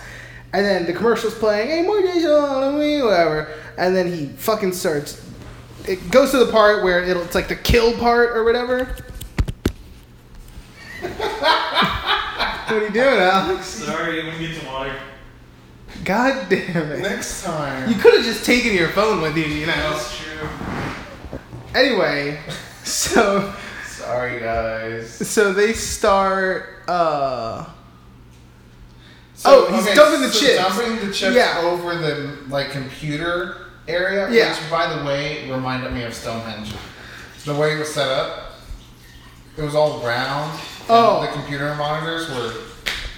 S8: And then the commercial's playing, hey, more days on me, whatever. And then he fucking starts. It goes to the part where it'll, it's like the kill part or whatever. What are you doing, Alex?
S5: Sorry, when you get some water.
S8: God damn it.
S9: Next time.
S8: You could have just taken your phone with you, you know.
S5: That's true.
S8: Anyway, so
S9: Sorry, guys.
S8: so they start. uh Oh, he's dumping the
S9: so
S8: chips.
S9: Dumping the chips
S8: Yeah.
S9: over the like computer area,
S8: Yeah.
S9: which, by the way, reminded me of Stonehenge. The way it was set up, it was all round. and
S8: Oh.
S9: the computer monitors were.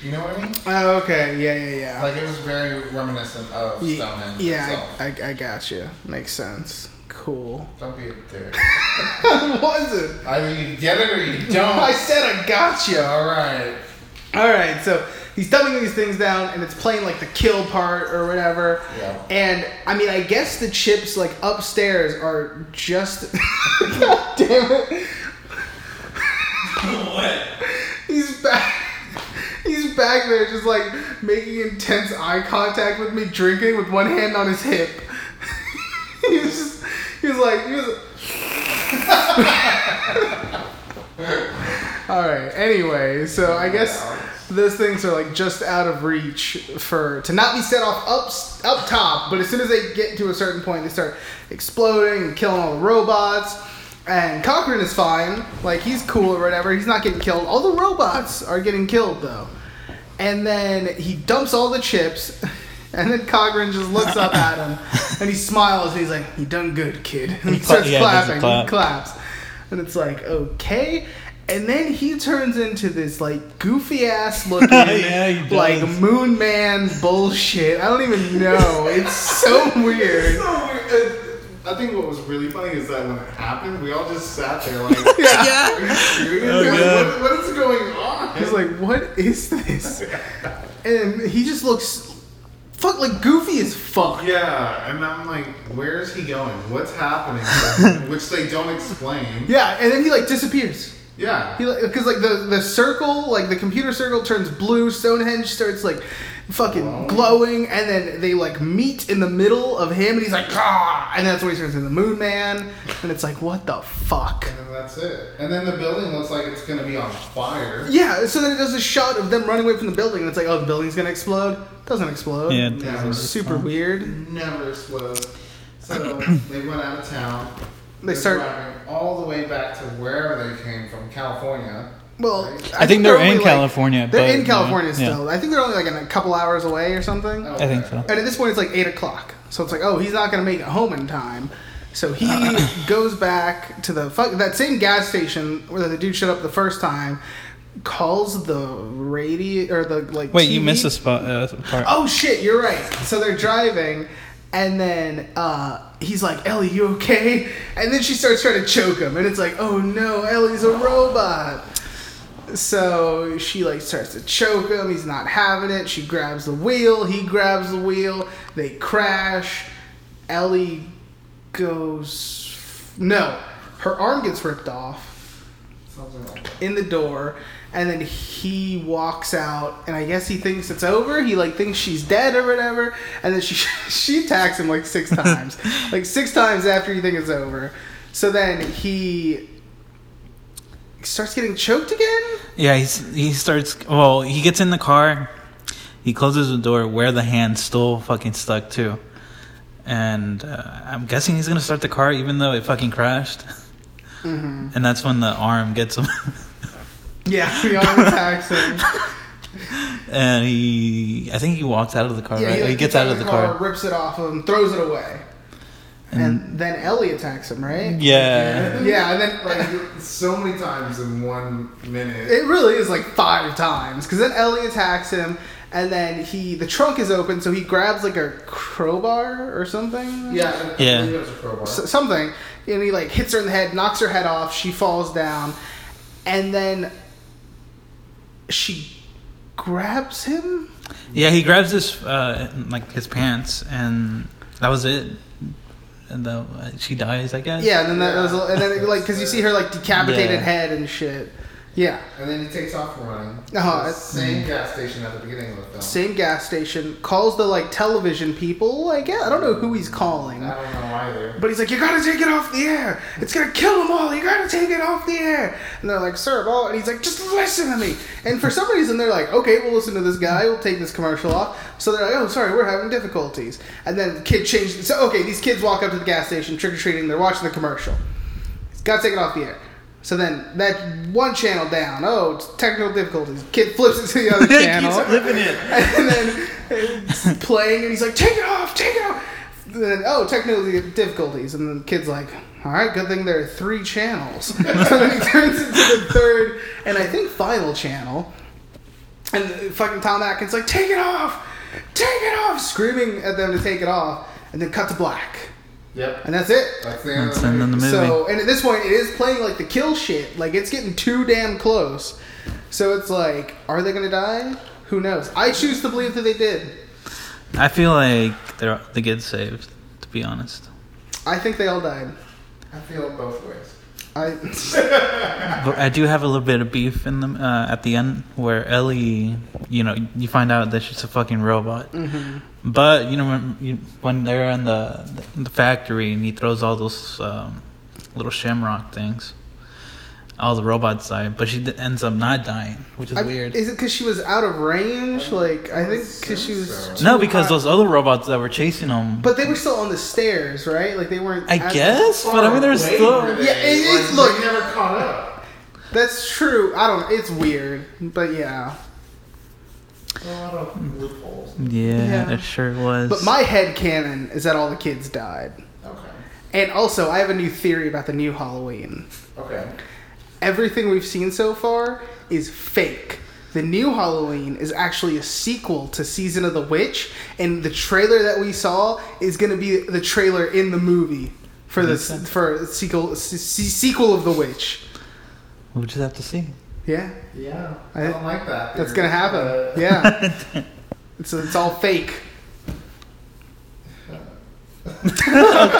S9: You know what I mean?
S8: Oh, okay, yeah, yeah, yeah.
S9: Like it was very reminiscent of
S8: Ye-
S9: Stonehenge.
S8: yeah,
S9: itself.
S8: I, I, I got you. Makes sense. Cool.
S9: Don't be a dick.
S8: what was it? Oh.
S9: Either you get it or you don't.
S8: I said I got you.
S9: All right.
S8: All right, so he's dumping these things down, and it's playing like the kill part or whatever.
S9: Yeah.
S8: And I mean, I guess the chips like upstairs are just. God damn it!
S5: What?
S8: He's back. He's back there, just like making intense eye contact with me, drinking with one hand on his hip. he was just. He was like. He was. All right. Anyway, so I guess those things are like just out of reach for to not be set off up up top, but as soon as they get to a certain point, they start exploding and killing all the robots. And Cochran is fine, like he's cool or whatever. He's not getting killed. All the robots are getting killed though. And then he dumps all the chips, and then Cochran just looks up at him, and he smiles and he's like, "You done good, kid." And he
S10: cla-
S8: starts
S10: yeah, he does
S8: clapping.
S10: a clap.
S8: He claps. And it's like, okay. And then he turns into this like goofy ass looking
S10: Yeah, he does.
S8: like moon man bullshit. I don't even know. It's so weird.
S9: So weird. I think what was really funny is that when it happened, we all just sat there like,
S8: Yeah.
S9: "Are you serious?
S10: Oh, God.
S9: What- what is going on?"
S8: He's like, what is this? And he just looks fuck like goofy as fuck.
S9: "Yeah," and I'm like, "Where is he going? What's happening?" Which they don't explain.
S8: Yeah, and then he like disappears.
S9: Yeah.
S8: He because like the the circle, like the computer circle turns blue. Stonehenge starts like fucking glowing, and then they like meet in the middle of him, and he's like, ah, and that's when he turns into the Moon Man, and it's like, what the fuck.
S9: And that's it. And then the building looks like it's gonna be on fire.
S8: Yeah, so then it does a shot of them running away from the building, and it's like, oh, the building's gonna explode. Doesn't explode.
S10: Yeah, it
S9: Never,
S8: Super weird.
S9: never explodes. So they went out of town.
S8: They start-
S9: driving all the way back to wherever they came from, California.
S8: Well,
S9: Right.
S10: I think they're in
S8: only, like-
S10: California.
S8: They're
S10: but,
S8: in California
S10: yeah.
S8: still. I think they're only like in a couple hours away or something.
S10: I think so.
S8: And at this point, it's like eight o'clock, so it's like, oh, he's not gonna make it home in time. So he goes back to the fuck that same gas station where the dude showed up the first time, calls the radio or the like.
S10: Wait, you
S8: TV
S10: missed a spot, uh, part.
S8: Oh shit, you're right. So they're driving, and then uh, he's like, "Ellie, you okay?" And then she starts trying to choke him, and it's like, "Oh no, Ellie's a robot." So she like starts to choke him. He's not having it. She grabs the wheel. He grabs the wheel. They crash. Ellie goes. No, her arm gets ripped off
S9: Something like that.
S8: in the door and then he walks out and i guess he thinks it's over he like thinks she's dead or whatever and then she she attacks him like six times like six times after you think it's over So then he starts getting choked again.
S10: Yeah, he's, he starts. Well, he gets in the car. He closes the door where the hand's still fucking stuck to. And uh, I'm guessing he's gonna start the car even though it fucking crashed. And that's when the arm gets him.
S8: Yeah, the arm attacks him.
S10: and he, I think he walks out of the car.
S8: Yeah,
S10: right?
S8: like,
S10: he gets out of the car.
S8: rips it off of him, throws it away, and, then Ellie attacks him, right?
S10: Yeah.
S8: Yeah, and then
S9: Like so many times in one minute.
S8: It really is like five times because then Ellie attacks him, and then he the trunk is open, so he grabs like a crowbar or something.
S9: yeah. I
S10: Yeah.
S9: believe it was a crowbar.
S8: S- something, and he like hits her in the head, knocks her head off. She falls down, and then she grabs him.
S10: Yeah, he grabs his uh, like his pants, and that was it. And the, she dies, I guess.
S8: Yeah, and then that was and then it, like because you see her like decapitated
S10: Yeah.
S8: head and shit. Yeah,
S9: And then he takes off running.
S8: Uh-huh.
S9: The same gas station at the beginning of the film.
S8: same gas station calls the like television people. I guess I don't know who he's calling.
S9: I don't know either.
S8: But he's like, you gotta take it off the air. It's gonna kill them all. You gotta take it off the air. And they're like, sir, well, and he's like, just listen to me. And for some reason, they're like, okay, we'll listen to this guy. We'll take this commercial off. So they're like, oh, sorry, we're having difficulties. And then the kid changed. So okay, these kids walk up to the gas station, trick or treating. They're watching the commercial. He's gotta take it off the air. So then that one channel down. Oh, it's technical difficulties. Kid flips it to the other channel
S10: Keeps flipping it.
S8: and then it's playing, and he's like, "Take it off, take it off." And then oh, technical difficulties, and then the kid's like, "All right, good thing there are three channels." so then he turns it to the third, and I think final channel, and fucking Tom Atkins like, "Take it off, take it off!" Screaming at them to take it off, and then cut to black,
S9: Yep.
S8: and that's it.
S9: That's the end
S10: That's
S9: of
S10: the
S9: the
S10: end of the
S9: movie.
S10: movie.
S8: So, and at this point, it is playing like the kill shit. Like it's getting too damn close. So it's like, are they gonna die? Who knows? I choose to believe that they did.
S10: I feel like they're, they get saved, to be honest.
S8: I think they all died.
S9: I feel both ways.
S8: I
S10: But I do have a little bit of beef in them uh, at the end where Ellie, you know, you find out that she's a fucking robot.
S8: Mm-hmm.
S10: But you know when, you, when they're in the the factory and he throws all those um, little Shamrock things, all the robots die. But she d- ends up not dying, which is
S8: I-
S10: weird.
S8: Is it because she was out of range?
S9: Um,
S8: Like I think because she was.
S10: no,
S8: too
S10: because
S8: high-
S10: those other robots that were chasing him.
S8: But they were still on the stairs, right? Like they weren't.
S10: I
S8: at-
S10: guess, but I mean, there's
S9: Wait, were
S10: still.
S9: they-
S8: Yeah, it is-
S9: like,
S8: look-
S9: They never caught up.
S8: That's true. I don't. It's weird, but yeah.
S9: A lot of loopholes.
S10: Yeah,
S8: Yeah.
S10: it sure was.
S8: But my head canon is that all the kids died.
S9: Okay.
S8: And also, I have a new theory about the new Halloween.
S9: Okay.
S8: everything we've seen so far is fake. The new Halloween is actually a sequel to Season of the Witch, and the trailer that we saw is going to be the trailer in the movie for the for sequel se- se- sequel of the Witch.
S10: we'll just have to see.
S8: Yeah,
S9: Yeah. I
S8: I-
S9: don't like that.
S8: that's
S9: theory.
S8: going to
S9: Uh,
S8: happen. Yeah, it's it's all fake.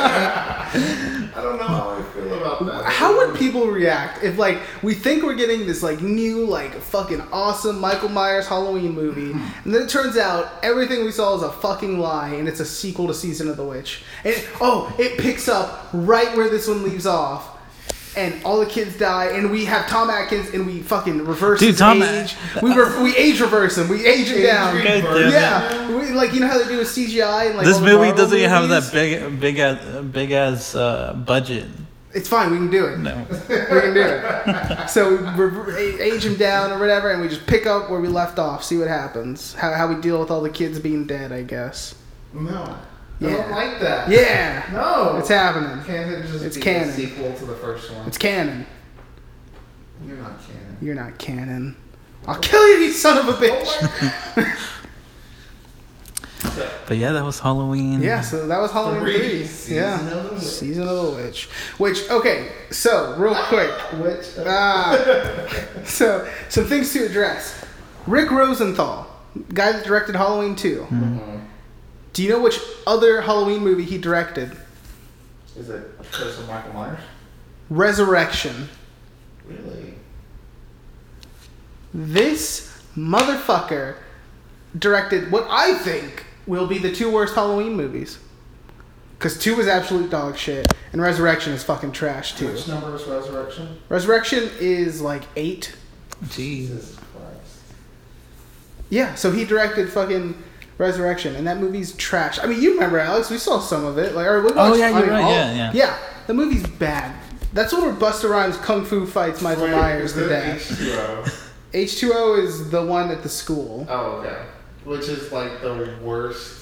S9: I don't know how I feel about that.
S8: How would people react if like we think we're getting this like new like fucking awesome Michael Myers Halloween movie and then it turns out everything we saw is a fucking lie and it's a sequel to Season of the Witch. And oh, it picks up right where this one leaves off. And all the kids die, and we have Tom Atkins, and we fucking reverse
S10: Dude,
S8: his
S10: Tom-
S8: age. We re- we age reverse him. We age him down.
S10: God damn it.
S8: yeah, we, like you know how they do with CGI and like
S10: this
S8: all the
S10: movie
S8: Marvel
S10: doesn't even have
S8: movies?
S10: that big, big ass, big ass uh, budget.
S8: It's fine. We can do it.
S10: No,
S8: we can do it. So we re- a- age him down or whatever, and we just pick up where we left off, see what happens. How, how we deal with all the kids being dead, I guess.
S9: No. I
S8: Yeah.
S9: don't like that.
S8: Yeah,
S9: No.
S8: it's happening.
S9: Can't it just
S8: It's
S9: be
S8: canon.
S9: a sequel to the first one?
S8: It's canon.
S9: You're not canon.
S8: You're not canon. I'll kill you, you son of a bitch.
S10: but yeah, that was Halloween.
S8: Yeah, so that was Halloween three. Yeah, season of the witch. Which okay, so real quick,
S9: Which
S8: ah, so some things to address. Rick Rosenthal, guy that directed Halloween 2 Mm-hmm. Do you know which other Halloween movie he directed?
S9: is it? Curse of Michael Myers.
S8: Resurrection.
S9: Really?
S8: This motherfucker directed what I think will be the two worst Halloween movies Because two is absolute dog shit, and Resurrection is fucking trash too.
S9: Which number is Resurrection?
S8: Resurrection is like eight.
S10: Jeez.
S9: Jesus Christ.
S8: Yeah, so he directed fucking Resurrection, and that movie's trash. I mean, you remember Alex? We saw some of it. Like, or we
S10: Oh,
S8: watched-
S10: yeah,
S8: I
S10: you're
S8: mean,
S10: right,
S8: all-
S10: yeah, yeah.
S8: yeah. The movie's bad. That's one where Buster Rhymes kung fu fights Michael Myers
S9: Is
S8: to
S9: it
S8: death.
S9: H2O?
S8: H two O is the one at the school.
S9: Oh, okay. Which is like the worst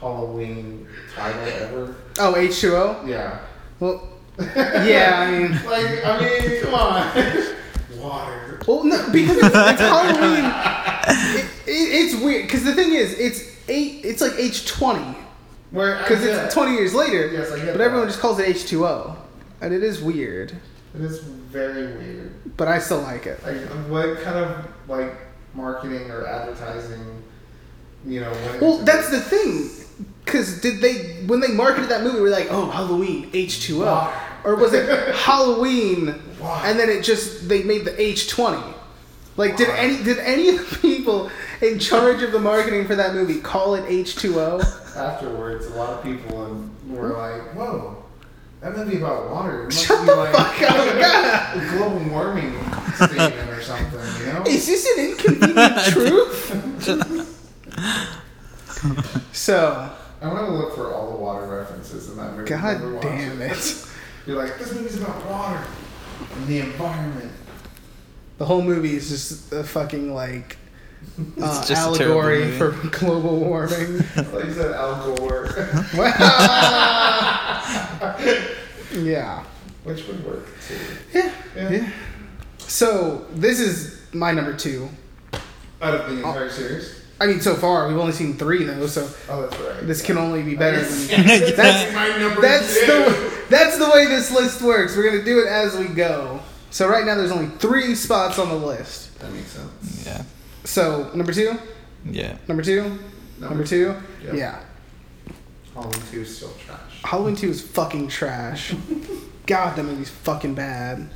S9: Halloween title ever.
S8: Oh, H two O.
S9: Yeah.
S8: Well, yeah, I mean.
S9: Like, I mean, come on. Water.
S8: Well, no, because it's, it's Halloween. It, it, it's weird because the thing is, it's eight. It's like H twenty
S9: Where
S8: because
S9: I get
S8: it's twenty years later.
S9: Yes, I get
S8: but everyone
S9: that.
S8: just calls it H two O, and it is weird.
S9: It is very weird.
S8: But I still like it.
S9: Like, what kind of like marketing or advertising, you know? went
S8: Well,
S9: into
S8: that's the
S9: this?
S8: thing. Because did they when they marketed that movie, we're like, oh, Halloween H two O, or was it Halloween?
S9: Why?
S8: And then it just they made the H twenty. Like, did any did any of the people in charge of the marketing for that movie call it H two O? Oh
S9: afterwards. A lot of people in- were like, "Whoa, that might be about water. It must
S8: Hmm? Shut
S9: be
S8: the
S9: like
S8: fuck up!
S9: a global warming statement or something." You know?
S8: Is this an inconvenient truth? so,
S9: I'm gonna look for all the water references in that movie.
S8: god
S9: Never watch
S8: damn it.
S9: You're like, this movie's about water and the environment.
S8: The whole movie is just a fucking like uh,
S10: just a terrible
S8: allegory for
S10: movie.
S8: global warming.
S9: Like you said, Al Gore,
S8: yeah.
S9: which would work too.
S8: Yeah.
S9: Yeah.
S8: Yeah. So, this is my number two.
S9: Out of the entire series.
S8: I mean, so far, we've only seen three though, so
S9: Oh, that's right.
S8: this can only be better than.
S9: That's my number
S8: That's
S9: two.
S8: the that's the way this list works. We're gonna do it as we go. So right now there's only three spots on the list.
S9: That makes sense.
S10: Yeah.
S8: So number two,
S10: Yeah.
S8: number two, number two.
S9: Yeah.
S8: Yeah,
S9: Halloween 2 is still trash.
S8: Halloween two is fucking trash. God, that movie's fucking bad.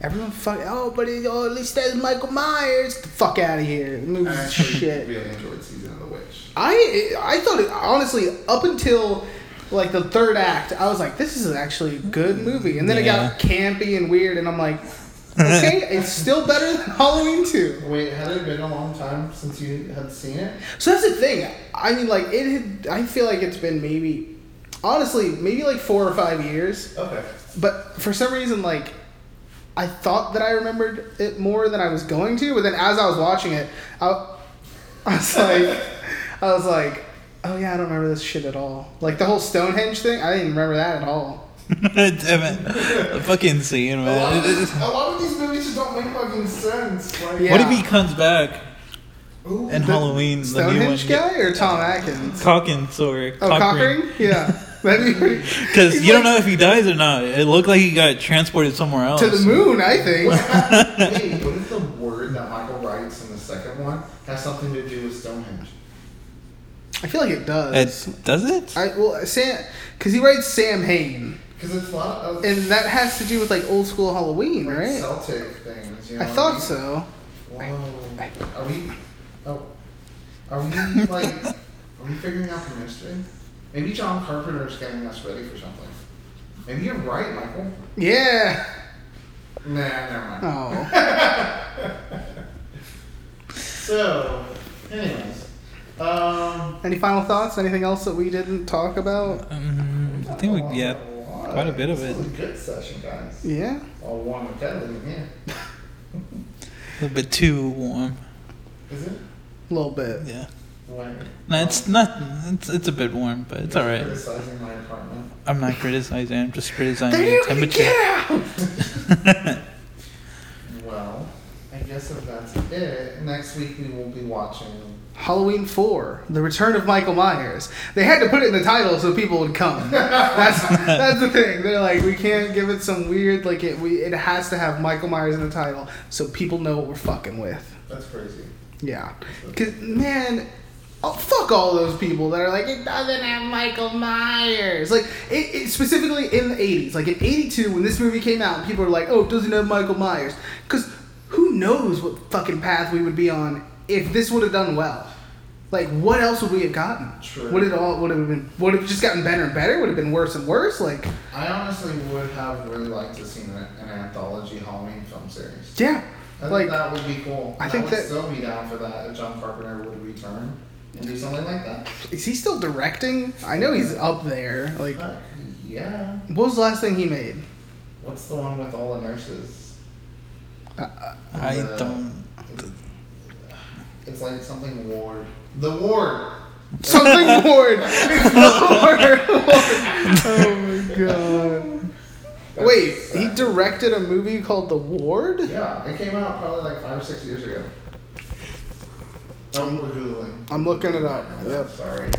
S8: Everyone fuck. Oh, but it, oh, at least that's Michael Myers. Get the fuck out of here.
S9: I
S8: The movie's
S9: actually
S8: shit.
S9: really enjoyed Season of the Witch.
S8: I I thought it honestly up until like the third act, I was like, this is actually a good movie, and then
S10: Yeah.
S8: it got campy and weird, and I'm like, okay, it's still better than Halloween two.
S9: Wait, had it been a long time since you had seen it?
S8: So that's the thing. I mean, like it had. I feel like it's been maybe, honestly, maybe like four or five years,
S9: Okay.
S8: but for some reason, like. I thought that I remembered it more than I was going to, but then as I was watching it, I, I was like, I was like, oh yeah, I don't remember this shit at all. Like the whole Stonehenge thing, I didn't remember that at all.
S10: Damn it. The fucking
S9: A
S10: scene,
S9: lot,
S10: man.
S9: of, these- a lot of these movies just don't make fucking sense. Like,
S8: Yeah.
S10: What if he comes back
S9: Ooh,
S10: in Halloween? The new one?
S8: Stonehenge guy or Tom Atkins?
S10: Calkins or
S8: Oh, Cockring? Yeah. Because
S10: Because you don't know if he dies or not. It looked like he got transported somewhere else.
S8: To the moon, I think.
S9: wait, what if the word that Michael writes in the second one has something to do with Stonehenge?
S8: I feel like it does.
S10: It, does it?
S8: I well Sam, because he writes Sam Hain,
S9: Because it's a lot of
S8: and that has to do with like old school Halloween,
S9: like,
S8: right?
S9: Celtic things. You know
S8: I
S9: what
S8: thought
S9: mean?
S8: so.
S9: Whoa. Are we? Oh, are we like? are we figuring out the mystery? Maybe John Carpenter's getting us ready for something. Maybe you're right, Michael.
S8: Yeah.
S9: Nah, never mind.
S8: Oh.
S9: So, anyways, um,
S8: Any final thoughts? Anything else that we didn't talk about?
S10: Um, I think we, yeah. quite a bit of
S9: This
S10: it.
S9: was a good session, guys.
S8: Yeah.
S9: All warm and cuddly in here.
S10: A little bit too warm.
S9: Is it?
S8: A little bit.
S10: Yeah.
S9: Why?
S10: No, it's not. It's, it's a bit warm, but it's alright.
S9: Criticizing my apartment.
S10: I'm not criticizing. I'm just criticizing
S8: There you
S10: the
S8: go,
S10: temperature.
S8: get out!
S9: Well, I guess if that's it, next week we will be watching.
S8: Halloween 4, The Return of Michael Myers. They had to put it in the title so people would come. That's that's the thing. They're like, we can't give it some weird like it we it has to have Michael Myers in the title so people know what we're fucking with.
S9: That's crazy.
S8: Yeah. Cause man, oh, fuck all those people that are like, it doesn't have Michael Myers. Like it, it specifically in the eighties, like in eighty two when this movie came out, people were like, Oh, it doesn't have Michael Myers. Cause who knows what fucking path we would be on if this would have done well. Like, what else would we have gotten?
S9: True.
S8: Would it all would have been would have just gotten better and better? Would have been worse and worse? Like,
S9: I honestly would have really liked to see an, an anthology Halloween film series.
S8: yeah,
S9: I
S8: like
S9: think that would be cool.
S8: I think
S9: would
S8: that-
S9: still be down for that if John Carpenter would return and do something like that.
S8: is he still directing? I know he's up there. Like,
S9: But yeah,
S8: what was the last thing he made?
S9: what's the one with all the nurses?
S10: I
S9: Uh,
S10: don't.
S9: It's like something ward. The ward.
S8: Something Ward. It's the Ward. Oh my god. Wait, he directed a movie called The Ward?
S9: Yeah, it came out probably like five or six years ago. I'm googling.
S8: I'm looking it up. Yep.
S9: Sorry.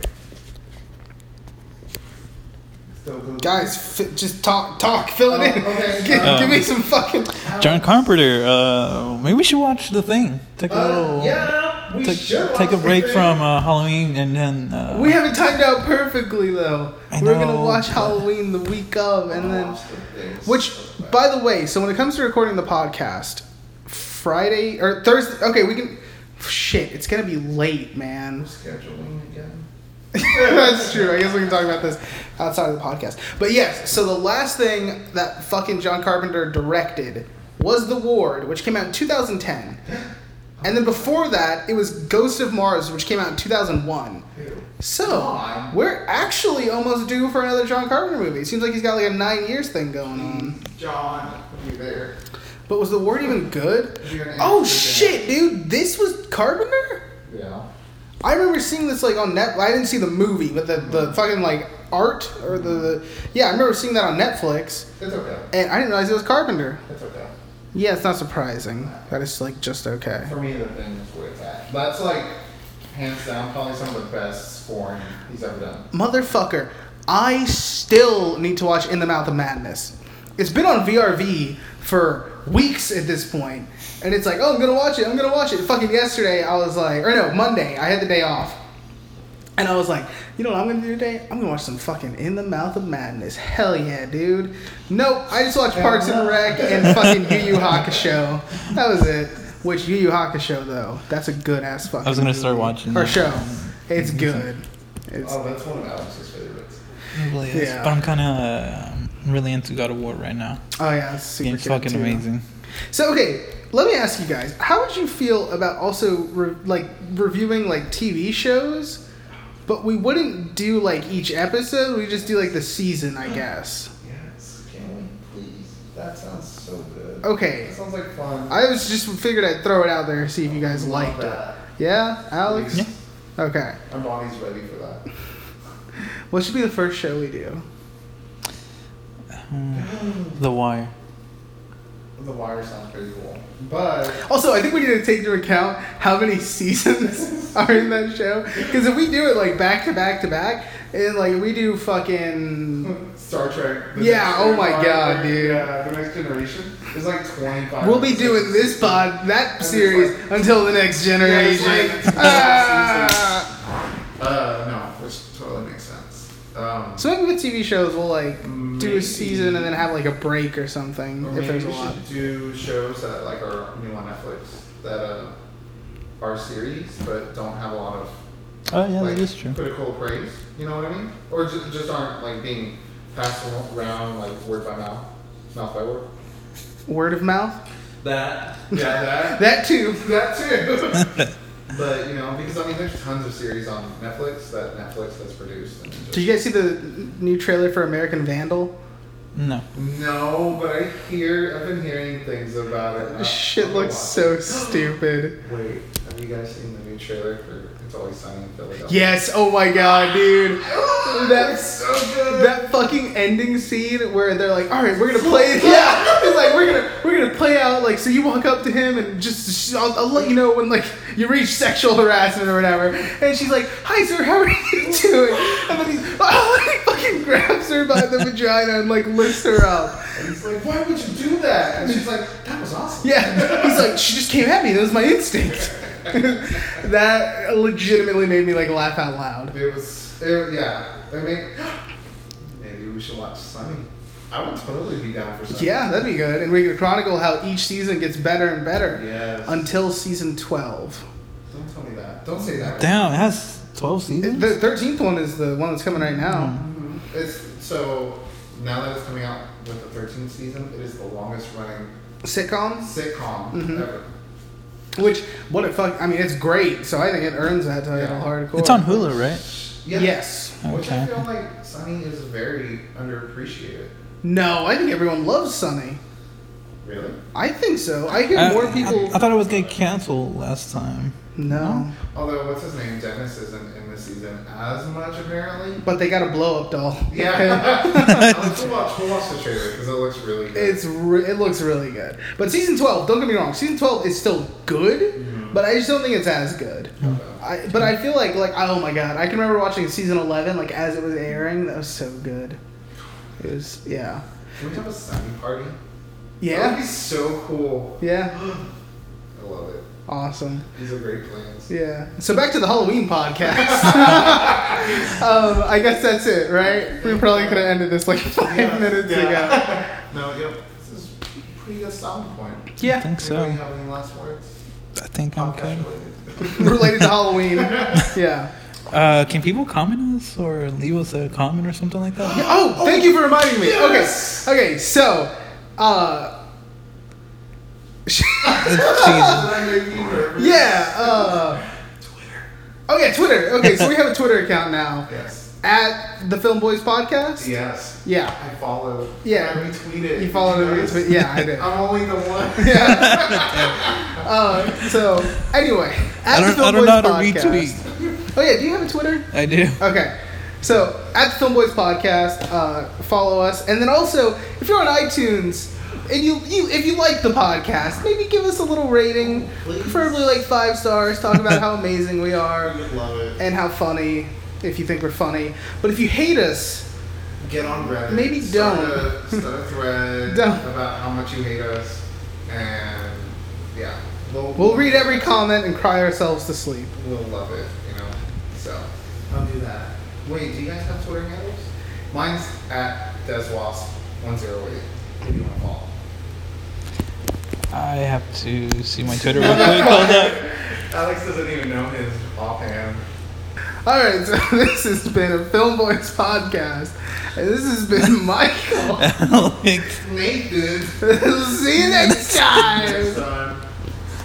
S9: Still googling.
S8: Guys, fi- just talk, talk, fill it in.
S9: Oh, okay.
S8: Gi-
S9: Uh,
S10: Um,
S8: give me some fucking.
S10: John Carpenter. Uh, maybe we should watch the thing. Take a
S9: Uh,
S10: little.
S9: yeah, we
S10: Oh. Take,
S9: should
S10: take a
S9: watch
S10: break
S9: the
S10: from
S9: thing.
S10: uh, Halloween and then. Uh,
S8: We haven't timed out perfectly though.
S10: I
S8: We're gonna
S10: know,
S8: watch
S10: but-
S8: Halloween the week of, and then,
S9: Watch the things.
S8: which, by the way, so when it comes to recording the podcast, Friday or Thursday. Okay, we can. Shit, it's gonna be late, man.
S9: scheduling again.
S8: That's true. I guess we can talk about this outside of the podcast. But yes, so the last thing that fucking John Carpenter directed was The Ward, which came out in 2010. And then before that, it was Ghost of Mars, which came out in 2001. So,
S9: Why?
S8: we're actually almost due for another John Carpenter movie. It seems like he's got like a nine years thing going on.
S9: John, you there?
S8: But was The Ward even good?
S9: You're an
S8: Oh
S9: extra
S8: shit, dude. This was Carpenter?
S9: Yeah.
S8: I remember seeing this like on net. I didn't see the movie, but the, the fucking like art or the, the yeah. I remember seeing that on Netflix,
S9: It's okay.
S8: and I didn't realize it was Carpenter.
S9: It's okay.
S8: Yeah, it's not surprising. That is like just okay.
S9: For me, the thing is where it's at. That's like, hands down, probably some of the best scoring he's ever done.
S8: Motherfucker, I still need to watch In the Mouth of Madness. It's been on VRV for weeks at this point, and it's like, oh, I'm gonna watch it. I'm gonna watch it. Fucking yesterday, I was like, or no, Monday. I had the day off. And I was like, you know what I'm gonna do today? I'm gonna watch some fucking In the Mouth of Madness. Hell yeah, dude. Nope, I just watched Parks and Rec and fucking Yu Yu Hakusho. That was it. Which Yu Yu Hakusho though, that's a good ass fucking.
S10: I was gonna start
S8: movie.
S10: watching
S8: Or
S10: that.
S8: show. It's good. It's
S9: Oh, that's one of Alex's favorites.
S10: it really is.
S8: yeah.
S10: But I'm kind of uh, really into God of War right now.
S8: oh yeah, it's super
S10: It's
S8: good
S10: fucking
S8: too.
S10: amazing.
S8: So okay, let me ask you guys, how would you feel about also re- like reviewing like TV shows, but we wouldn't do like each episode. We just do like the season, I guess.
S9: Yes, can we please? That sounds so good.
S8: Okay.
S9: That sounds like fun.
S8: Oh. I was just figured I'd throw it out there and see if you guys
S9: Love
S8: liked it.
S9: that.
S8: Yeah, Alex.
S10: Yeah.
S8: Okay.
S9: Our body's ready for that.
S8: What should be the first show we do?
S10: Hmm. The Wire.
S9: The Wire sounds pretty cool. But
S8: Also, I think we need to take into account how many seasons are in that show. Because if we do it like back to back to back, and like we do fucking,
S9: Star Trek. the
S8: Yeah,
S9: next
S8: oh my
S9: Empire,
S8: God, dude.
S9: Yeah, the next generation. There's like 25.
S8: we'll be doing this pod that series until the next generation.
S9: Yeah, it's like-
S8: Ah!
S9: Uh, no, which totally makes sense. Um,
S8: So maybe with TV shows, we'll like do a
S9: Maybe.
S8: season and then have like a break or something
S9: or
S8: if
S9: maybe
S8: there's a
S9: we
S8: lot.
S9: should do shows that like are new on Netflix that uh, are series but don't have a lot of
S10: Oh yeah,
S9: like
S10: that is true.
S9: critical praise. You know what I mean? Or just, just aren't like being passed around like word by mouth, mouth by word.
S8: Word of mouth.
S9: That. Yeah, that.
S8: That too.
S9: that too. but you know, because I mean, there's tons of series on Netflix that Netflix has produced. And just,
S8: Did you guys see the new trailer for American Vandal?
S10: No.
S9: No, but I hear I've been hearing things about it. and Uh, I-
S8: This shit
S9: I'm
S8: looks so
S9: watching.
S8: stupid.
S9: Wait, have you guys seen the new trailer for It's Always Sunny in Philadelphia?
S8: Yes, oh my god, dude. That's
S9: so good.
S8: that fucking ending scene where they're like, "All right, we're gonna play." Yeah, it's like we're gonna we're gonna play out like so. You walk up to him and just I'll, I'll let you know when like you reach sexual harassment or whatever. And she's like, "Hi, sir, how are you doing?" And then he's oh, and he fucking grabs her by the vagina and like lifts her up.
S9: And he's like, why would you do that? And she's like, that was awesome.
S8: Yeah, he's like, she just came at me. That was my instinct. that legitimately made me like laugh out loud.
S9: It was, it, yeah. I mean, maybe we should watch Sunny. I would totally be down for Sunny.
S8: Yeah, that'd be good. And we could chronicle how each season gets better and better
S9: Yes.
S8: until season twelve.
S9: Don't tell me that. that. Don't say that.
S10: Damn, it has 12 seasons?
S8: The thirteenth one is the one that's coming right now.
S9: It's so now that it's coming out with the 13th season, it is the longest running
S8: Sitcoms,
S9: sitcom
S8: Mm-hmm.
S9: ever.
S8: which what a fuck. I mean, it's great. So I think it earns that title
S9: Yeah.
S8: hardcore.
S10: It's on Hulu, right?
S9: Yeah.
S8: Yes.
S9: Which I
S10: Okay.
S9: feel like Sunny is very underappreciated.
S8: No, I think everyone loves Sunny.
S9: Really?
S8: I think so. I hear
S10: I-
S8: more
S10: Uh, I-
S8: people.
S10: I, thought it was getting canceled last time.
S8: no,
S9: Although what's his name? Dennis isn't in this season as much apparently.
S8: but they got a blow up doll.
S9: Yeah. I'll have to watch. We'll watch the trailer because it looks really good.
S8: It's re- it looks really good, but season twelve. Don't get me wrong, season twelve is still good,
S9: Mm-hmm.
S8: but I just don't think it's as good. I, but I feel like like oh my god, I can remember watching season eleven like as it was airing. That was so good. It was yeah
S9: Can we have a Sunny party? That would
S8: yeah
S9: be so cool.
S8: yeah
S9: I love it.
S8: awesome
S9: These are great plans.
S8: yeah. So back to the Halloween podcast. um, I guess that's it, right? We probably could have ended this like five
S9: Yeah.
S8: minutes ago.
S9: Yeah. no, yep. This is a pretty good stopping point.
S10: I
S8: Yeah,
S10: think
S9: Anybody
S10: so.
S9: have any last words?
S10: I think I'm good.
S9: Podcast related.
S8: related to Halloween. Yeah.
S10: Uh, can people comment us or leave us a comment or something like that?
S8: Oh, thank you for reminding me.
S9: yes.
S8: Okay. Okay, so uh
S10: Jesus.
S9: Does that make you nervous?
S8: yeah, uh Oh yeah, Twitter. Okay, so we have a Twitter account now.
S9: Yes.
S8: At the Film Boys Podcast.
S9: Yes.
S8: Yeah.
S9: I follow.
S8: Yeah.
S9: I retweeted.
S8: You follow the retweet. Yeah, I did.
S9: I'm only the one.
S8: Uh, so anyway, at
S10: I
S8: the
S10: don't,
S8: Film
S10: I don't know how to
S8: Boys Podcast.
S10: retweet.
S8: Oh yeah, do you have a Twitter?
S10: I do.
S8: Okay. So at the Film Boys podcast, uh, follow us, and then also if you're on iTunes and you, you if you like the podcast, maybe give us a little rating, preferably like five stars. Talk about how amazing we are
S9: I love it.
S8: and how funny if you think we're funny. But if you hate us,
S9: Get on Reddit.
S8: Maybe
S9: start
S8: don't.
S9: A, start a thread
S8: Don't.
S9: about how much you hate us, and yeah, we'll,
S8: we'll read every comment and cry ourselves to sleep.
S9: We'll love it, you know. So I'll do that. Wait, do you guys have Twitter handles? Mine's at deswasp108. If you want to follow.
S10: I have to see my Twitter real quick. Hold up.
S9: Alex doesn't even know his offhand.
S8: All right, so this has been a Film Boys podcast, and this has been Michael.
S10: Alex.
S9: Nathan.
S8: See you next time.
S9: Son.